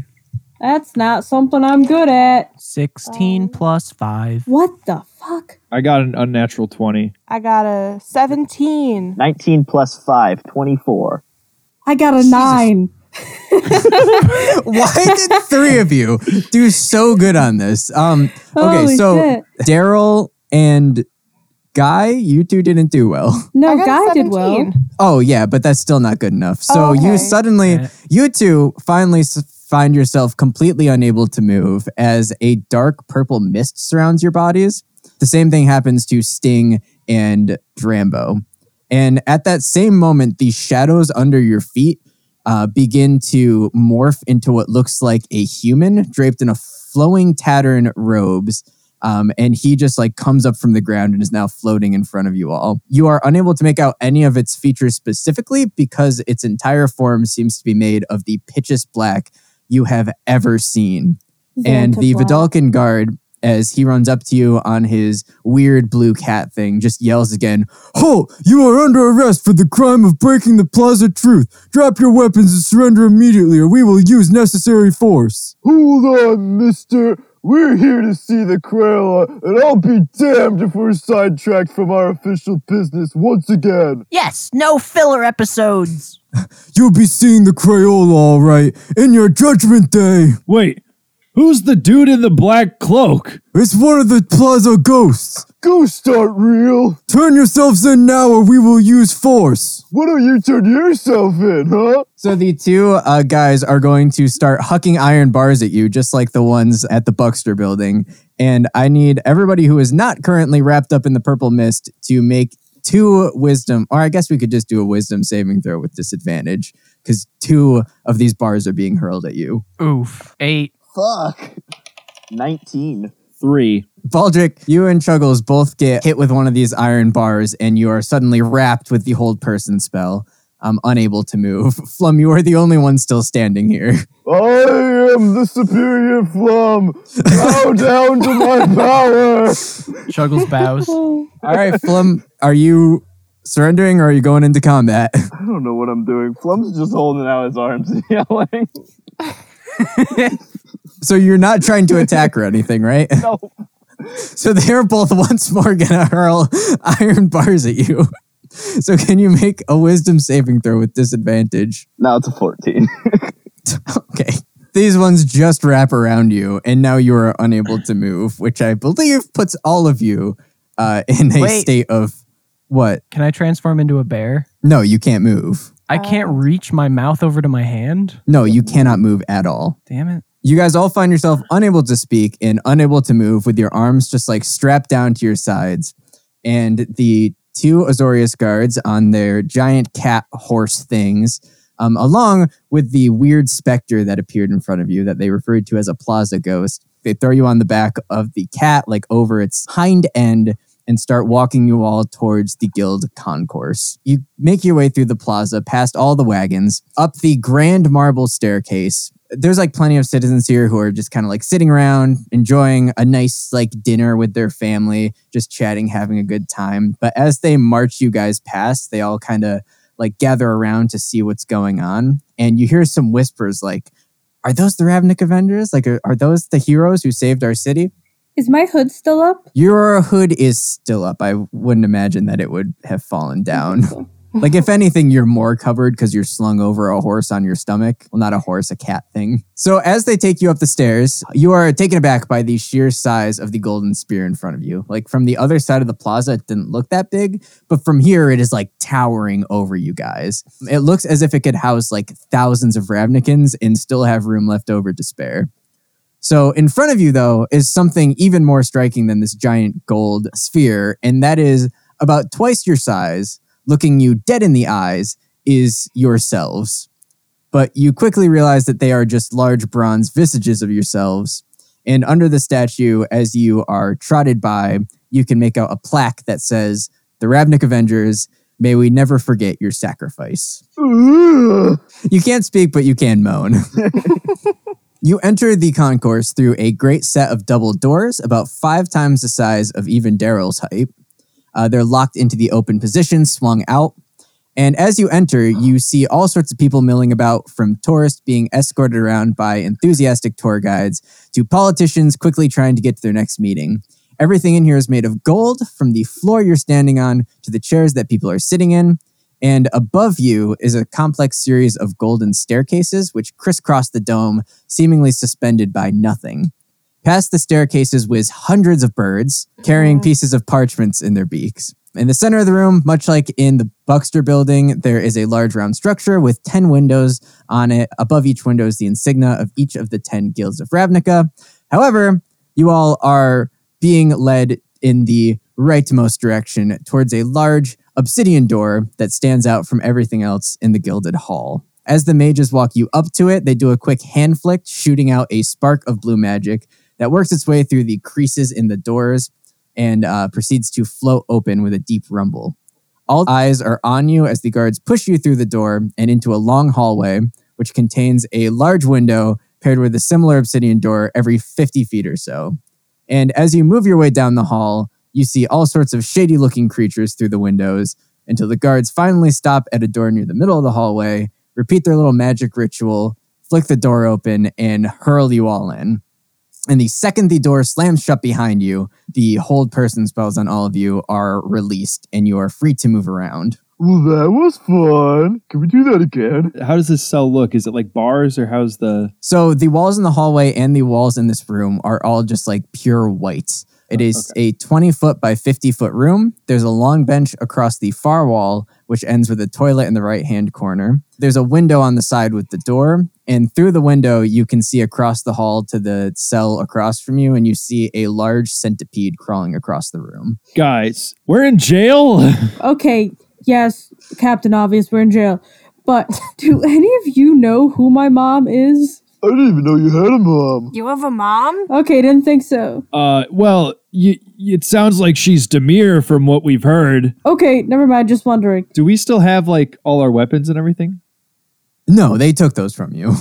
Speaker 1: That's not something I'm good at.
Speaker 5: 16 plus 5.
Speaker 1: What the fuck?
Speaker 9: I got an unnatural 20.
Speaker 7: I got a 17.
Speaker 3: 19 plus 5, 24.
Speaker 1: I got a nine.
Speaker 2: Why did three of you do so good on this? Um, okay,
Speaker 1: Holy
Speaker 2: so
Speaker 1: shit.
Speaker 2: Daryl and Guy, you two didn't do well.
Speaker 1: Um, No,
Speaker 7: I got
Speaker 1: guy
Speaker 7: a
Speaker 1: did well.
Speaker 7: 17.
Speaker 2: Oh yeah, but that's still not good enough. So
Speaker 7: Oh,
Speaker 2: you
Speaker 7: okay.
Speaker 2: suddenly,
Speaker 5: Yeah.
Speaker 2: you two finally s- find yourself completely unable to move as a dark purple mist surrounds your bodies. The same thing happens to Sting and Drambo, and at that same moment, the shadows under your feet uh, begin to morph into what looks like a human draped in a flowing tattern robes. Um, and he just like comes up from the ground and is now floating in front of you all. You are unable to make out any of its features specifically because its entire form seems to be made of the pitchest black you have ever seen. and the
Speaker 1: Vantablack.
Speaker 2: Vidalkin guard, as he runs up to you on his weird blue cat thing, just yells again, Ho! You are under arrest for the crime of breaking the plaza truth. Drop your weapons and surrender immediately, or we will use necessary force.
Speaker 3: Hold on, mister. We're here to see the Krayla, and I'll be damned if we're sidetracked from our official business once again.
Speaker 8: Yes, no filler episodes.
Speaker 2: You'll be seeing the Crayola, all right, in your judgment day.
Speaker 9: Wait. Who's the dude in the black cloak?
Speaker 2: It's one of the plaza ghosts.
Speaker 3: Ghosts aren't real.
Speaker 2: Turn yourselves in now, or we will use force.
Speaker 3: Why don't you turn yourself in, huh?
Speaker 2: So the two uh, guys are going to start hucking iron bars at you, just like the ones at the Buckster building. And I need everybody who is not currently wrapped up in the purple mist to make two wisdom, or I guess we could just do a wisdom saving throw with disadvantage, because two of these bars are being hurled at you.
Speaker 5: Oof. 8.
Speaker 3: Fuck. 19.
Speaker 9: Three.
Speaker 2: Baldric, you and Chuggles both get hit with one of these iron bars, and you are suddenly wrapped with the hold person spell. I'm unable to move. Flum, you are the only one still standing here.
Speaker 3: I am the superior Flum. Bow down to my power.
Speaker 5: Chuggles bows.
Speaker 2: All right, Flum, are you surrendering or are you going into combat?
Speaker 3: I don't know what I'm doing. Flum's just holding out his arms and yelling.
Speaker 2: so you're not trying to attack or anything, right?
Speaker 3: No.
Speaker 2: So they're both once more gonna hurl iron bars at you. So can you make a wisdom saving throw with disadvantage?
Speaker 3: Now it's a 14.
Speaker 2: Okay. These ones just wrap around you, and now you are unable to move, which I believe puts all of you uh, in a
Speaker 8: Wait.
Speaker 2: state of what?
Speaker 5: Can I transform into a bear?
Speaker 2: No, you can't move.
Speaker 1: Uh,
Speaker 5: I can't reach my mouth over to my hand.
Speaker 2: No, you cannot move at all.
Speaker 5: Damn it.
Speaker 2: You guys all find yourself unable to speak and unable to move with your arms just like strapped down to your sides. And the two Azorius guards on their giant cat horse things, um, along with the weird specter that appeared in front of you that they referred to as a plaza ghost, they throw you on the back of the cat, like over its hind end, and start walking you all towards the guild concourse. You make your way through the plaza, past all the wagons, up the grand marble staircase. There's like plenty of citizens here who are just kind of like sitting around, enjoying a nice like dinner with their family, just chatting, having a good time. But as they march you guys past, they all kind of like gather around to see what's going on. And you hear some whispers like, are those the Ravnik Avengers? Like, are, are those the heroes who saved our city?
Speaker 1: Is my hood still up?
Speaker 2: Your hood is still up. I wouldn't imagine that it would have fallen down. like, if anything, you're more covered because you're slung over a horse on your stomach. Well, not a horse, a cat thing. So, as they take you up the stairs, you are taken aback by the sheer size of the golden spear in front of you. Like, from the other side of the plaza, it didn't look that big, but from here, it is like towering over you guys. It looks as if it could house like thousands of Ravnikins and still have room left over to spare. So in front of you, though, is something even more striking than this giant gold sphere, and that is about twice your size, looking you dead in the eyes, is yourselves. But you quickly realize that they are just large bronze visages of yourselves. And under the statue, as you are trotted by, you can make out a plaque that says, The Ravnik Avengers, may we never forget your sacrifice. You can't speak, but you can moan. You enter the concourse through a great set of double doors, about five times the size of even Daryl's height. Uh, they're locked into the open position, swung out. And as you enter, you see all sorts of people milling about, from tourists being escorted around by enthusiastic tour guides to politicians quickly trying to get to their next meeting. Everything in here is made of gold, from the floor you're standing on to the chairs that people are sitting in. And above you is a complex series of golden staircases, which crisscross the dome, seemingly suspended by nothing. Past the staircases whiz hundreds of birds, carrying pieces of parchments in their beaks. In the center of the room, much like in the Buxter building, there is a large round structure with 10 windows on it. Above each window is the insignia of each of the 10 guilds of Ravnica. However, you all are being led in the rightmost direction towards a large obsidian door that stands out from everything else in the gilded hall. As the mages walk you up to it, they do a quick hand flick, shooting out a spark of blue magic that works its way through the creases in the doors and uh, proceeds to float open with a deep rumble. All eyes are on you as the guards push you through the door and into a long hallway, which contains a large window paired with a similar obsidian door every 50 feet or so. And as you move your way down the hall, you see all sorts of shady looking creatures through the windows until the guards finally stop at a door near the middle of the hallway, repeat their little magic ritual, flick the door open, and hurl you all in. And the second the door slams shut behind you, the hold person spells on all of you are released and you are free to move around.
Speaker 3: well, that was fun. Can we do that again?
Speaker 6: How does this cell look? Is it like bars or how's the?
Speaker 2: So the walls in the hallway and the walls in this room are all just like pure white.
Speaker 6: Oh,
Speaker 2: It is a 20 foot by 50 foot room. There's a long bench across the far wall, which ends with a toilet in the right hand corner. There's a window on the side with the door. And through the window, you can see across the hall to the cell across from you, and you see a large centipede crawling across the room.
Speaker 9: Guys, we're in jail.
Speaker 1: Okay, yes, Captain Obvious, we're in jail. But do any of you know who my mom is?
Speaker 3: I didn't even know you had a mom.
Speaker 10: You have a mom?
Speaker 1: Okay, didn't think so.
Speaker 9: Uh, well, y- it sounds like she's demure from what we've heard.
Speaker 1: Okay, never mind, just wondering.
Speaker 6: Do we still have like all our weapons and everything?
Speaker 2: No, they took those from you.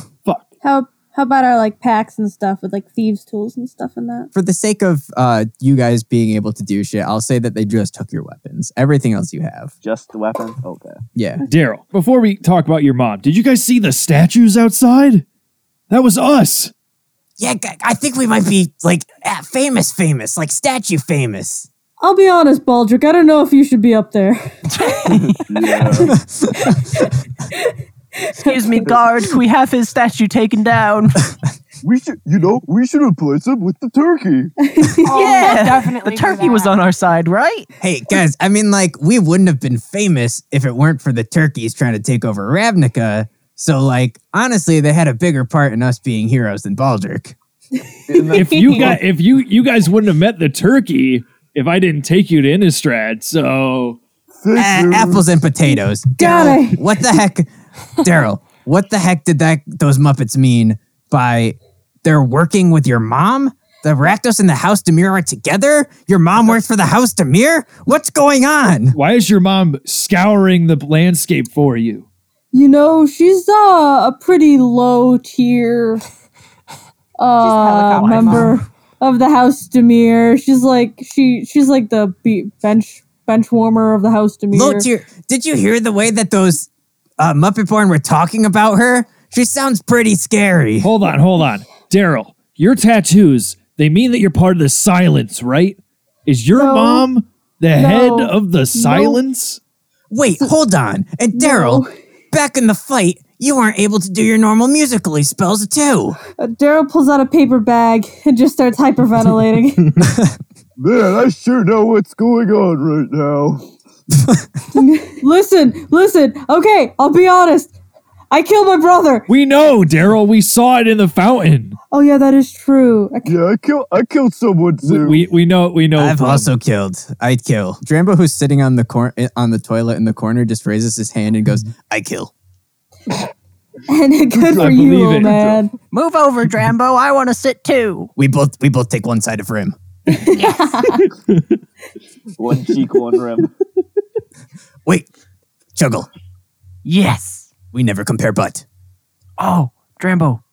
Speaker 1: How How about our like packs and stuff with like thieves' tools and stuff and that?
Speaker 2: For the sake of uh, you guys being able to do shit, I'll say that they just took your weapons. Everything else you have.
Speaker 11: Just the weapons? Okay.
Speaker 2: Yeah.
Speaker 6: Daryl, before we talk about your mom, did you guys see the statues outside? That was us.
Speaker 8: Yeah, g- I think we might be like ah, famous, famous, like statue famous.
Speaker 1: I'll be honest, Baldric. I don't know if you should be up there.
Speaker 11: Yeah.
Speaker 5: Excuse me, guards. We have his statue taken down.
Speaker 11: we should, you know, we should replace him with the turkey.
Speaker 5: yeah,
Speaker 7: definitely
Speaker 5: The
Speaker 7: do
Speaker 5: turkey was
Speaker 7: that.
Speaker 5: on our side, right?
Speaker 2: Hey guys, I mean, like, we wouldn't have been famous if it weren't for the turkeys trying to take over Ravnica. So, like, honestly, they had a bigger part in us being heroes than Baldric.
Speaker 6: If you got if you you guys wouldn't have met the turkey if I didn't take you to Innistrad. So
Speaker 2: Uh, apples and potatoes.
Speaker 1: Got
Speaker 2: Daryl,
Speaker 1: it.
Speaker 2: What the heck, Daryl? What the heck did that those Muppets mean by they're working with your mom? The Rakdos and the House Demir are together. Your mom works for the House Demir. What's going on?
Speaker 6: why is your mom scouring the landscape for you?
Speaker 1: You know, she's uh, a pretty low tier uh,
Speaker 7: helicopter
Speaker 1: member of the House Demir. She's like she she's like the be- bench bench warmer of the House Demir.
Speaker 2: Low tier. Did you hear the way that those uh, Muppet Born were talking about her? She sounds pretty scary.
Speaker 6: Hold on, hold on. Daryl, your tattoos, they mean that you're part of the silence, right? Is your
Speaker 1: No.
Speaker 6: mom the
Speaker 1: No.
Speaker 6: head of the silence?
Speaker 2: Wait, hold on. And Daryl, back in the fight, you weren't able to do your normal musically spells too.
Speaker 1: Uh, Daryl pulls out a paper bag and just starts hyperventilating.
Speaker 11: Man, I sure know what's going on right now.
Speaker 1: listen, listen. Okay, I'll be honest. I killed my brother.
Speaker 6: We know, Daryl. We saw it in the fountain.
Speaker 1: Oh yeah, that is true. I
Speaker 11: Yeah, I killed, I killed someone
Speaker 6: We,
Speaker 11: too.
Speaker 6: we, we know we know.
Speaker 2: I've
Speaker 6: from-
Speaker 2: also killed. I'd kill. Drambo, who's sitting on the cor- eh, on the toilet in the corner, just raises his hand and goes,
Speaker 6: Mm-hmm.
Speaker 2: "I kill."
Speaker 1: And good for
Speaker 6: believe
Speaker 1: you,
Speaker 6: it.
Speaker 1: old man.
Speaker 5: Move over, Drambo. I want to sit too.
Speaker 2: We both we both take one side of rim.
Speaker 11: one cheek, one rim.
Speaker 2: Wait, Chuggle,
Speaker 5: Yes.
Speaker 2: we never compare butt.
Speaker 5: Oh, Drambo.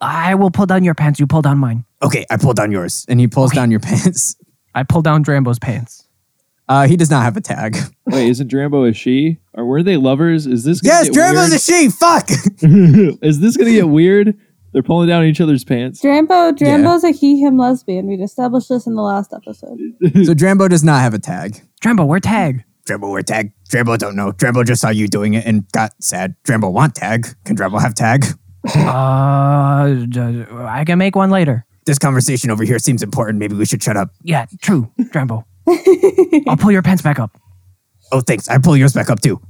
Speaker 5: I will pull down your pants. You pull down mine.
Speaker 2: Okay, I pull down yours, and he pulls down your pants.
Speaker 5: I pull down Drambo's pants.
Speaker 2: Uh, he does not have a tag.
Speaker 12: Wait, isn't Drambo a she? Or were they lovers? Is this gonna
Speaker 2: Yes,
Speaker 12: get
Speaker 2: Drambo's a
Speaker 12: weird?
Speaker 2: she. Fuck.
Speaker 12: Is this gonna get weird? They're pulling down each other's pants.
Speaker 1: Drambo, Drambo's a he him lesbian. We'd established this in the last episode.
Speaker 2: so Drambo does not have a tag.
Speaker 5: Drambo, we're tag.
Speaker 2: Drambo wear tag. Drambo don't know. Drambo just saw you doing it and got sad. Drambo want tag. Can Drambo have tag?
Speaker 5: Uh, d- I can make one later.
Speaker 2: This conversation over here seems important. Maybe we should shut up.
Speaker 5: Yeah, true, Drambo. I'll pull your pants back up.
Speaker 2: Oh, thanks. I pull yours back up too.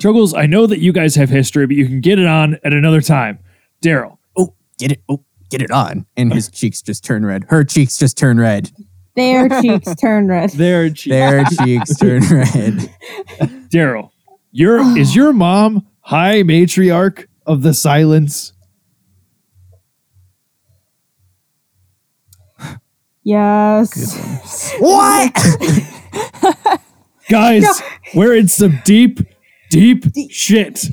Speaker 6: Truggles, I know that you guys have history, but you can get it on at another time. Daryl,
Speaker 2: Oh, get it. Oh, get it on. And his cheeks just turn red. Her cheeks just turn red.
Speaker 1: Their cheeks turn red.
Speaker 12: There, cheek.
Speaker 2: Their cheeks turn red.
Speaker 6: Daryl, your is your mom high matriarch of the silence?
Speaker 1: Yes.
Speaker 2: What?
Speaker 6: Guys, we're in some deep, deep shit.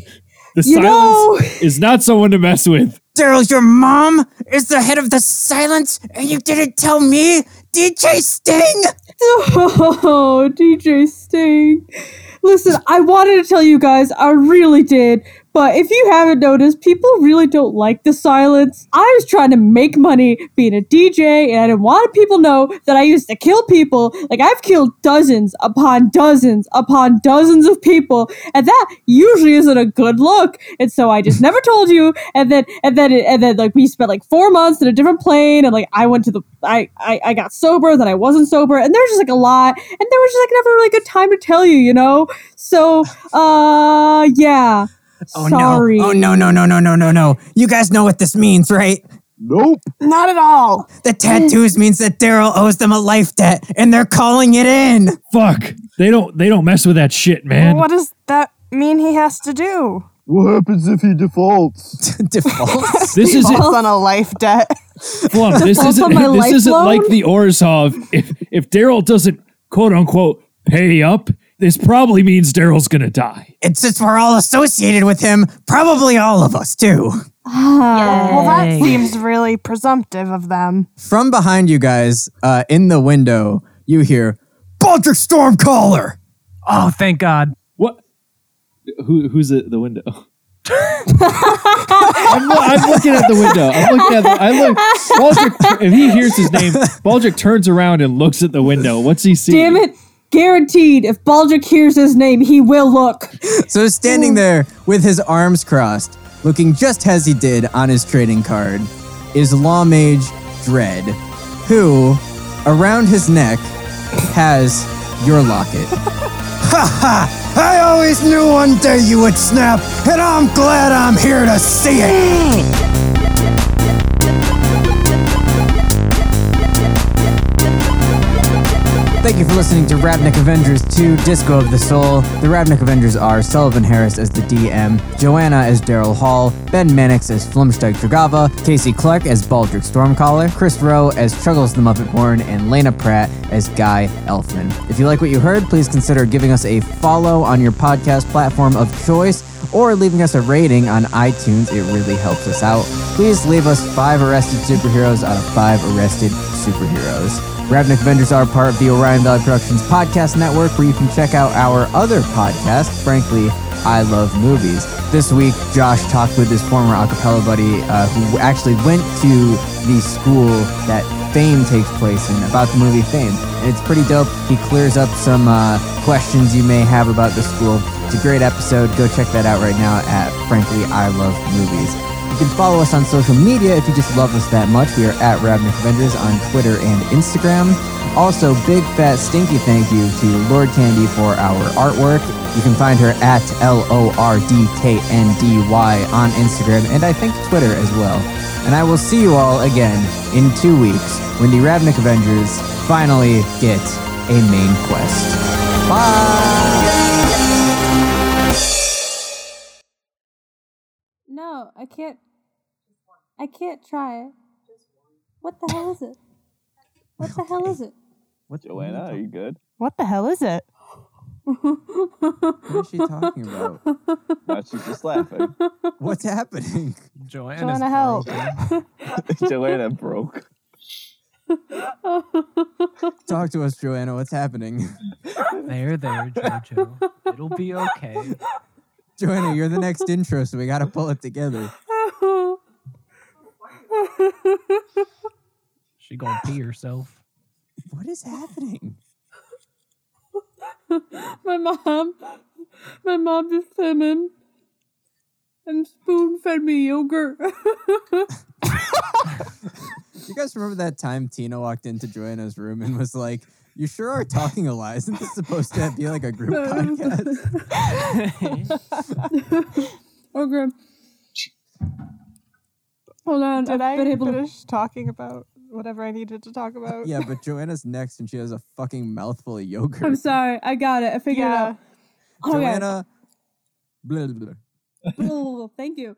Speaker 6: The
Speaker 1: You know-
Speaker 6: silence is not someone to mess with.
Speaker 2: Daryl, your mom is the head of the silence, and you didn't tell me? DJ Sting?
Speaker 1: Oh, DJ Sting. Listen, I wanted to tell you guys, I really did. But if you haven't noticed, people really don't like the silence. I was trying to make money being a DJ, and I didn't want people to know that I used to kill people. Like, I've killed dozens upon dozens upon dozens of people, and that usually isn't a good look. And so I just never told you. And then, and then, it, and then, like, we spent like four months in a different plane, and like, I went to the, I, I, I got sober, then I wasn't sober, and there was just like a lot, and there was just like never really good time to tell you, you know? So, uh, yeah.
Speaker 2: Oh
Speaker 1: Sorry.
Speaker 2: no. Oh no, no, no, no, no, no, no. You guys know what this means, right?
Speaker 11: Nope.
Speaker 7: Not at all.
Speaker 2: The tattoos means that Daryl owes them a life debt, and they're calling it in.
Speaker 6: Fuck. They don't they don't mess with that shit, man.
Speaker 7: what does that mean he has to do?
Speaker 11: What happens if he defaults?
Speaker 2: Default.
Speaker 6: This isn't
Speaker 7: It's on a life debt.
Speaker 6: Plum, this isn't
Speaker 1: my
Speaker 6: this
Speaker 1: life
Speaker 6: isn't
Speaker 1: loan?
Speaker 6: like the Orzhov. If if Daryl doesn't quote unquote pay up, this probably means Daryl's gonna die.
Speaker 2: and since we're all associated with him, probably all of us too.
Speaker 7: Oh, Well, that seems really presumptive of them.
Speaker 2: From behind you guys, uh, in the window, you hear Baltic Stormcaller.
Speaker 5: Oh, thank God.
Speaker 9: What? Who, who's at the window? I'm, lo- I'm looking at the window. I'm looking at. The, I look. Baldrick, if he hears his name, Baldrick turns around and looks at the window. What's he see?
Speaker 1: Damn it! Guaranteed, if Baldric hears his name, he will look.
Speaker 2: So he's standing there with his arms crossed, looking just as he did on his trading card, is Law Mage Dread, who, around his neck, has your locket. I always knew one day you would snap, and I'm glad I'm here to see it. Thank you for listening to Ravnik Avengers 2 Disco of the Soul. The Ravnik Avengers are Sullivan Harris as the DM, Joanna as Daryl Hall, Ben Mannix as Flumsteig Dragava, Casey Clark as Baldric Stormcaller, Chris Rowe as Chuggles the Muppet Born, and Lena Pratt as Guy Elfman. If you like what you heard, please consider giving us a follow on your podcast platform of choice or leaving us a rating on iTunes. It really helps us out. Please leave us five arrested superheroes out of five arrested superheroes. Ravnik Avengers are part of the Orion Valley Productions podcast network, where you can check out our other podcast, Frankly, I Love Movies. This week, Josh talked with his former a cappella buddy uh, who actually went to the school that Fame takes place in about the movie Fame. And it's pretty dope. He clears up some uh, questions you may have about the school. It's a great episode. Go check that out right now at Frankly, I Love Movies. You can follow us on social media if you just love us that much. We are at Ravnik Avengers on Twitter and Instagram. Also, big fat stinky thank you to Lord Candy for our artwork. You can find her at L O R D K N D Y on Instagram and I think Twitter as well. And I will see you all again in two weeks when the Ravnik Avengers finally get a main quest. Bye!
Speaker 1: No, I can't. I can't try it. What the hell is it? What the hell is it?
Speaker 3: Joanna, are you good?
Speaker 7: What the hell is it?
Speaker 2: What is she talking about?
Speaker 3: No, she's just laughing.
Speaker 2: What's happening?
Speaker 5: Joanna's
Speaker 7: Joanna, help.
Speaker 3: Joanna broke.
Speaker 2: Talk to us, Joanna. What's happening?
Speaker 5: There, there, Jojo. It'll be okay.
Speaker 2: Joanna, you're the next intro, so we gotta pull it together.
Speaker 5: She gonna pee herself.
Speaker 2: What is happening?
Speaker 1: My mom, my mom just came in and spoon fed me yogurt.
Speaker 2: You guys remember that time Tina walked into Joanna's room and was like, "You sure are talking a lot. Isn't this supposed to be like a group podcast?"
Speaker 1: okay. Hold on, I've
Speaker 7: Did I
Speaker 1: been able to.
Speaker 7: finish talking about whatever I needed to talk about?
Speaker 2: Yeah, but Joanna's next, and she has a fucking mouthful of
Speaker 1: I'm
Speaker 2: yogurt.
Speaker 1: sorry, I got it. Oh, I figured
Speaker 7: Yeah.
Speaker 1: it out. Okay.
Speaker 2: Joanna. Blah, blah, blah.
Speaker 1: Cool, Thank you.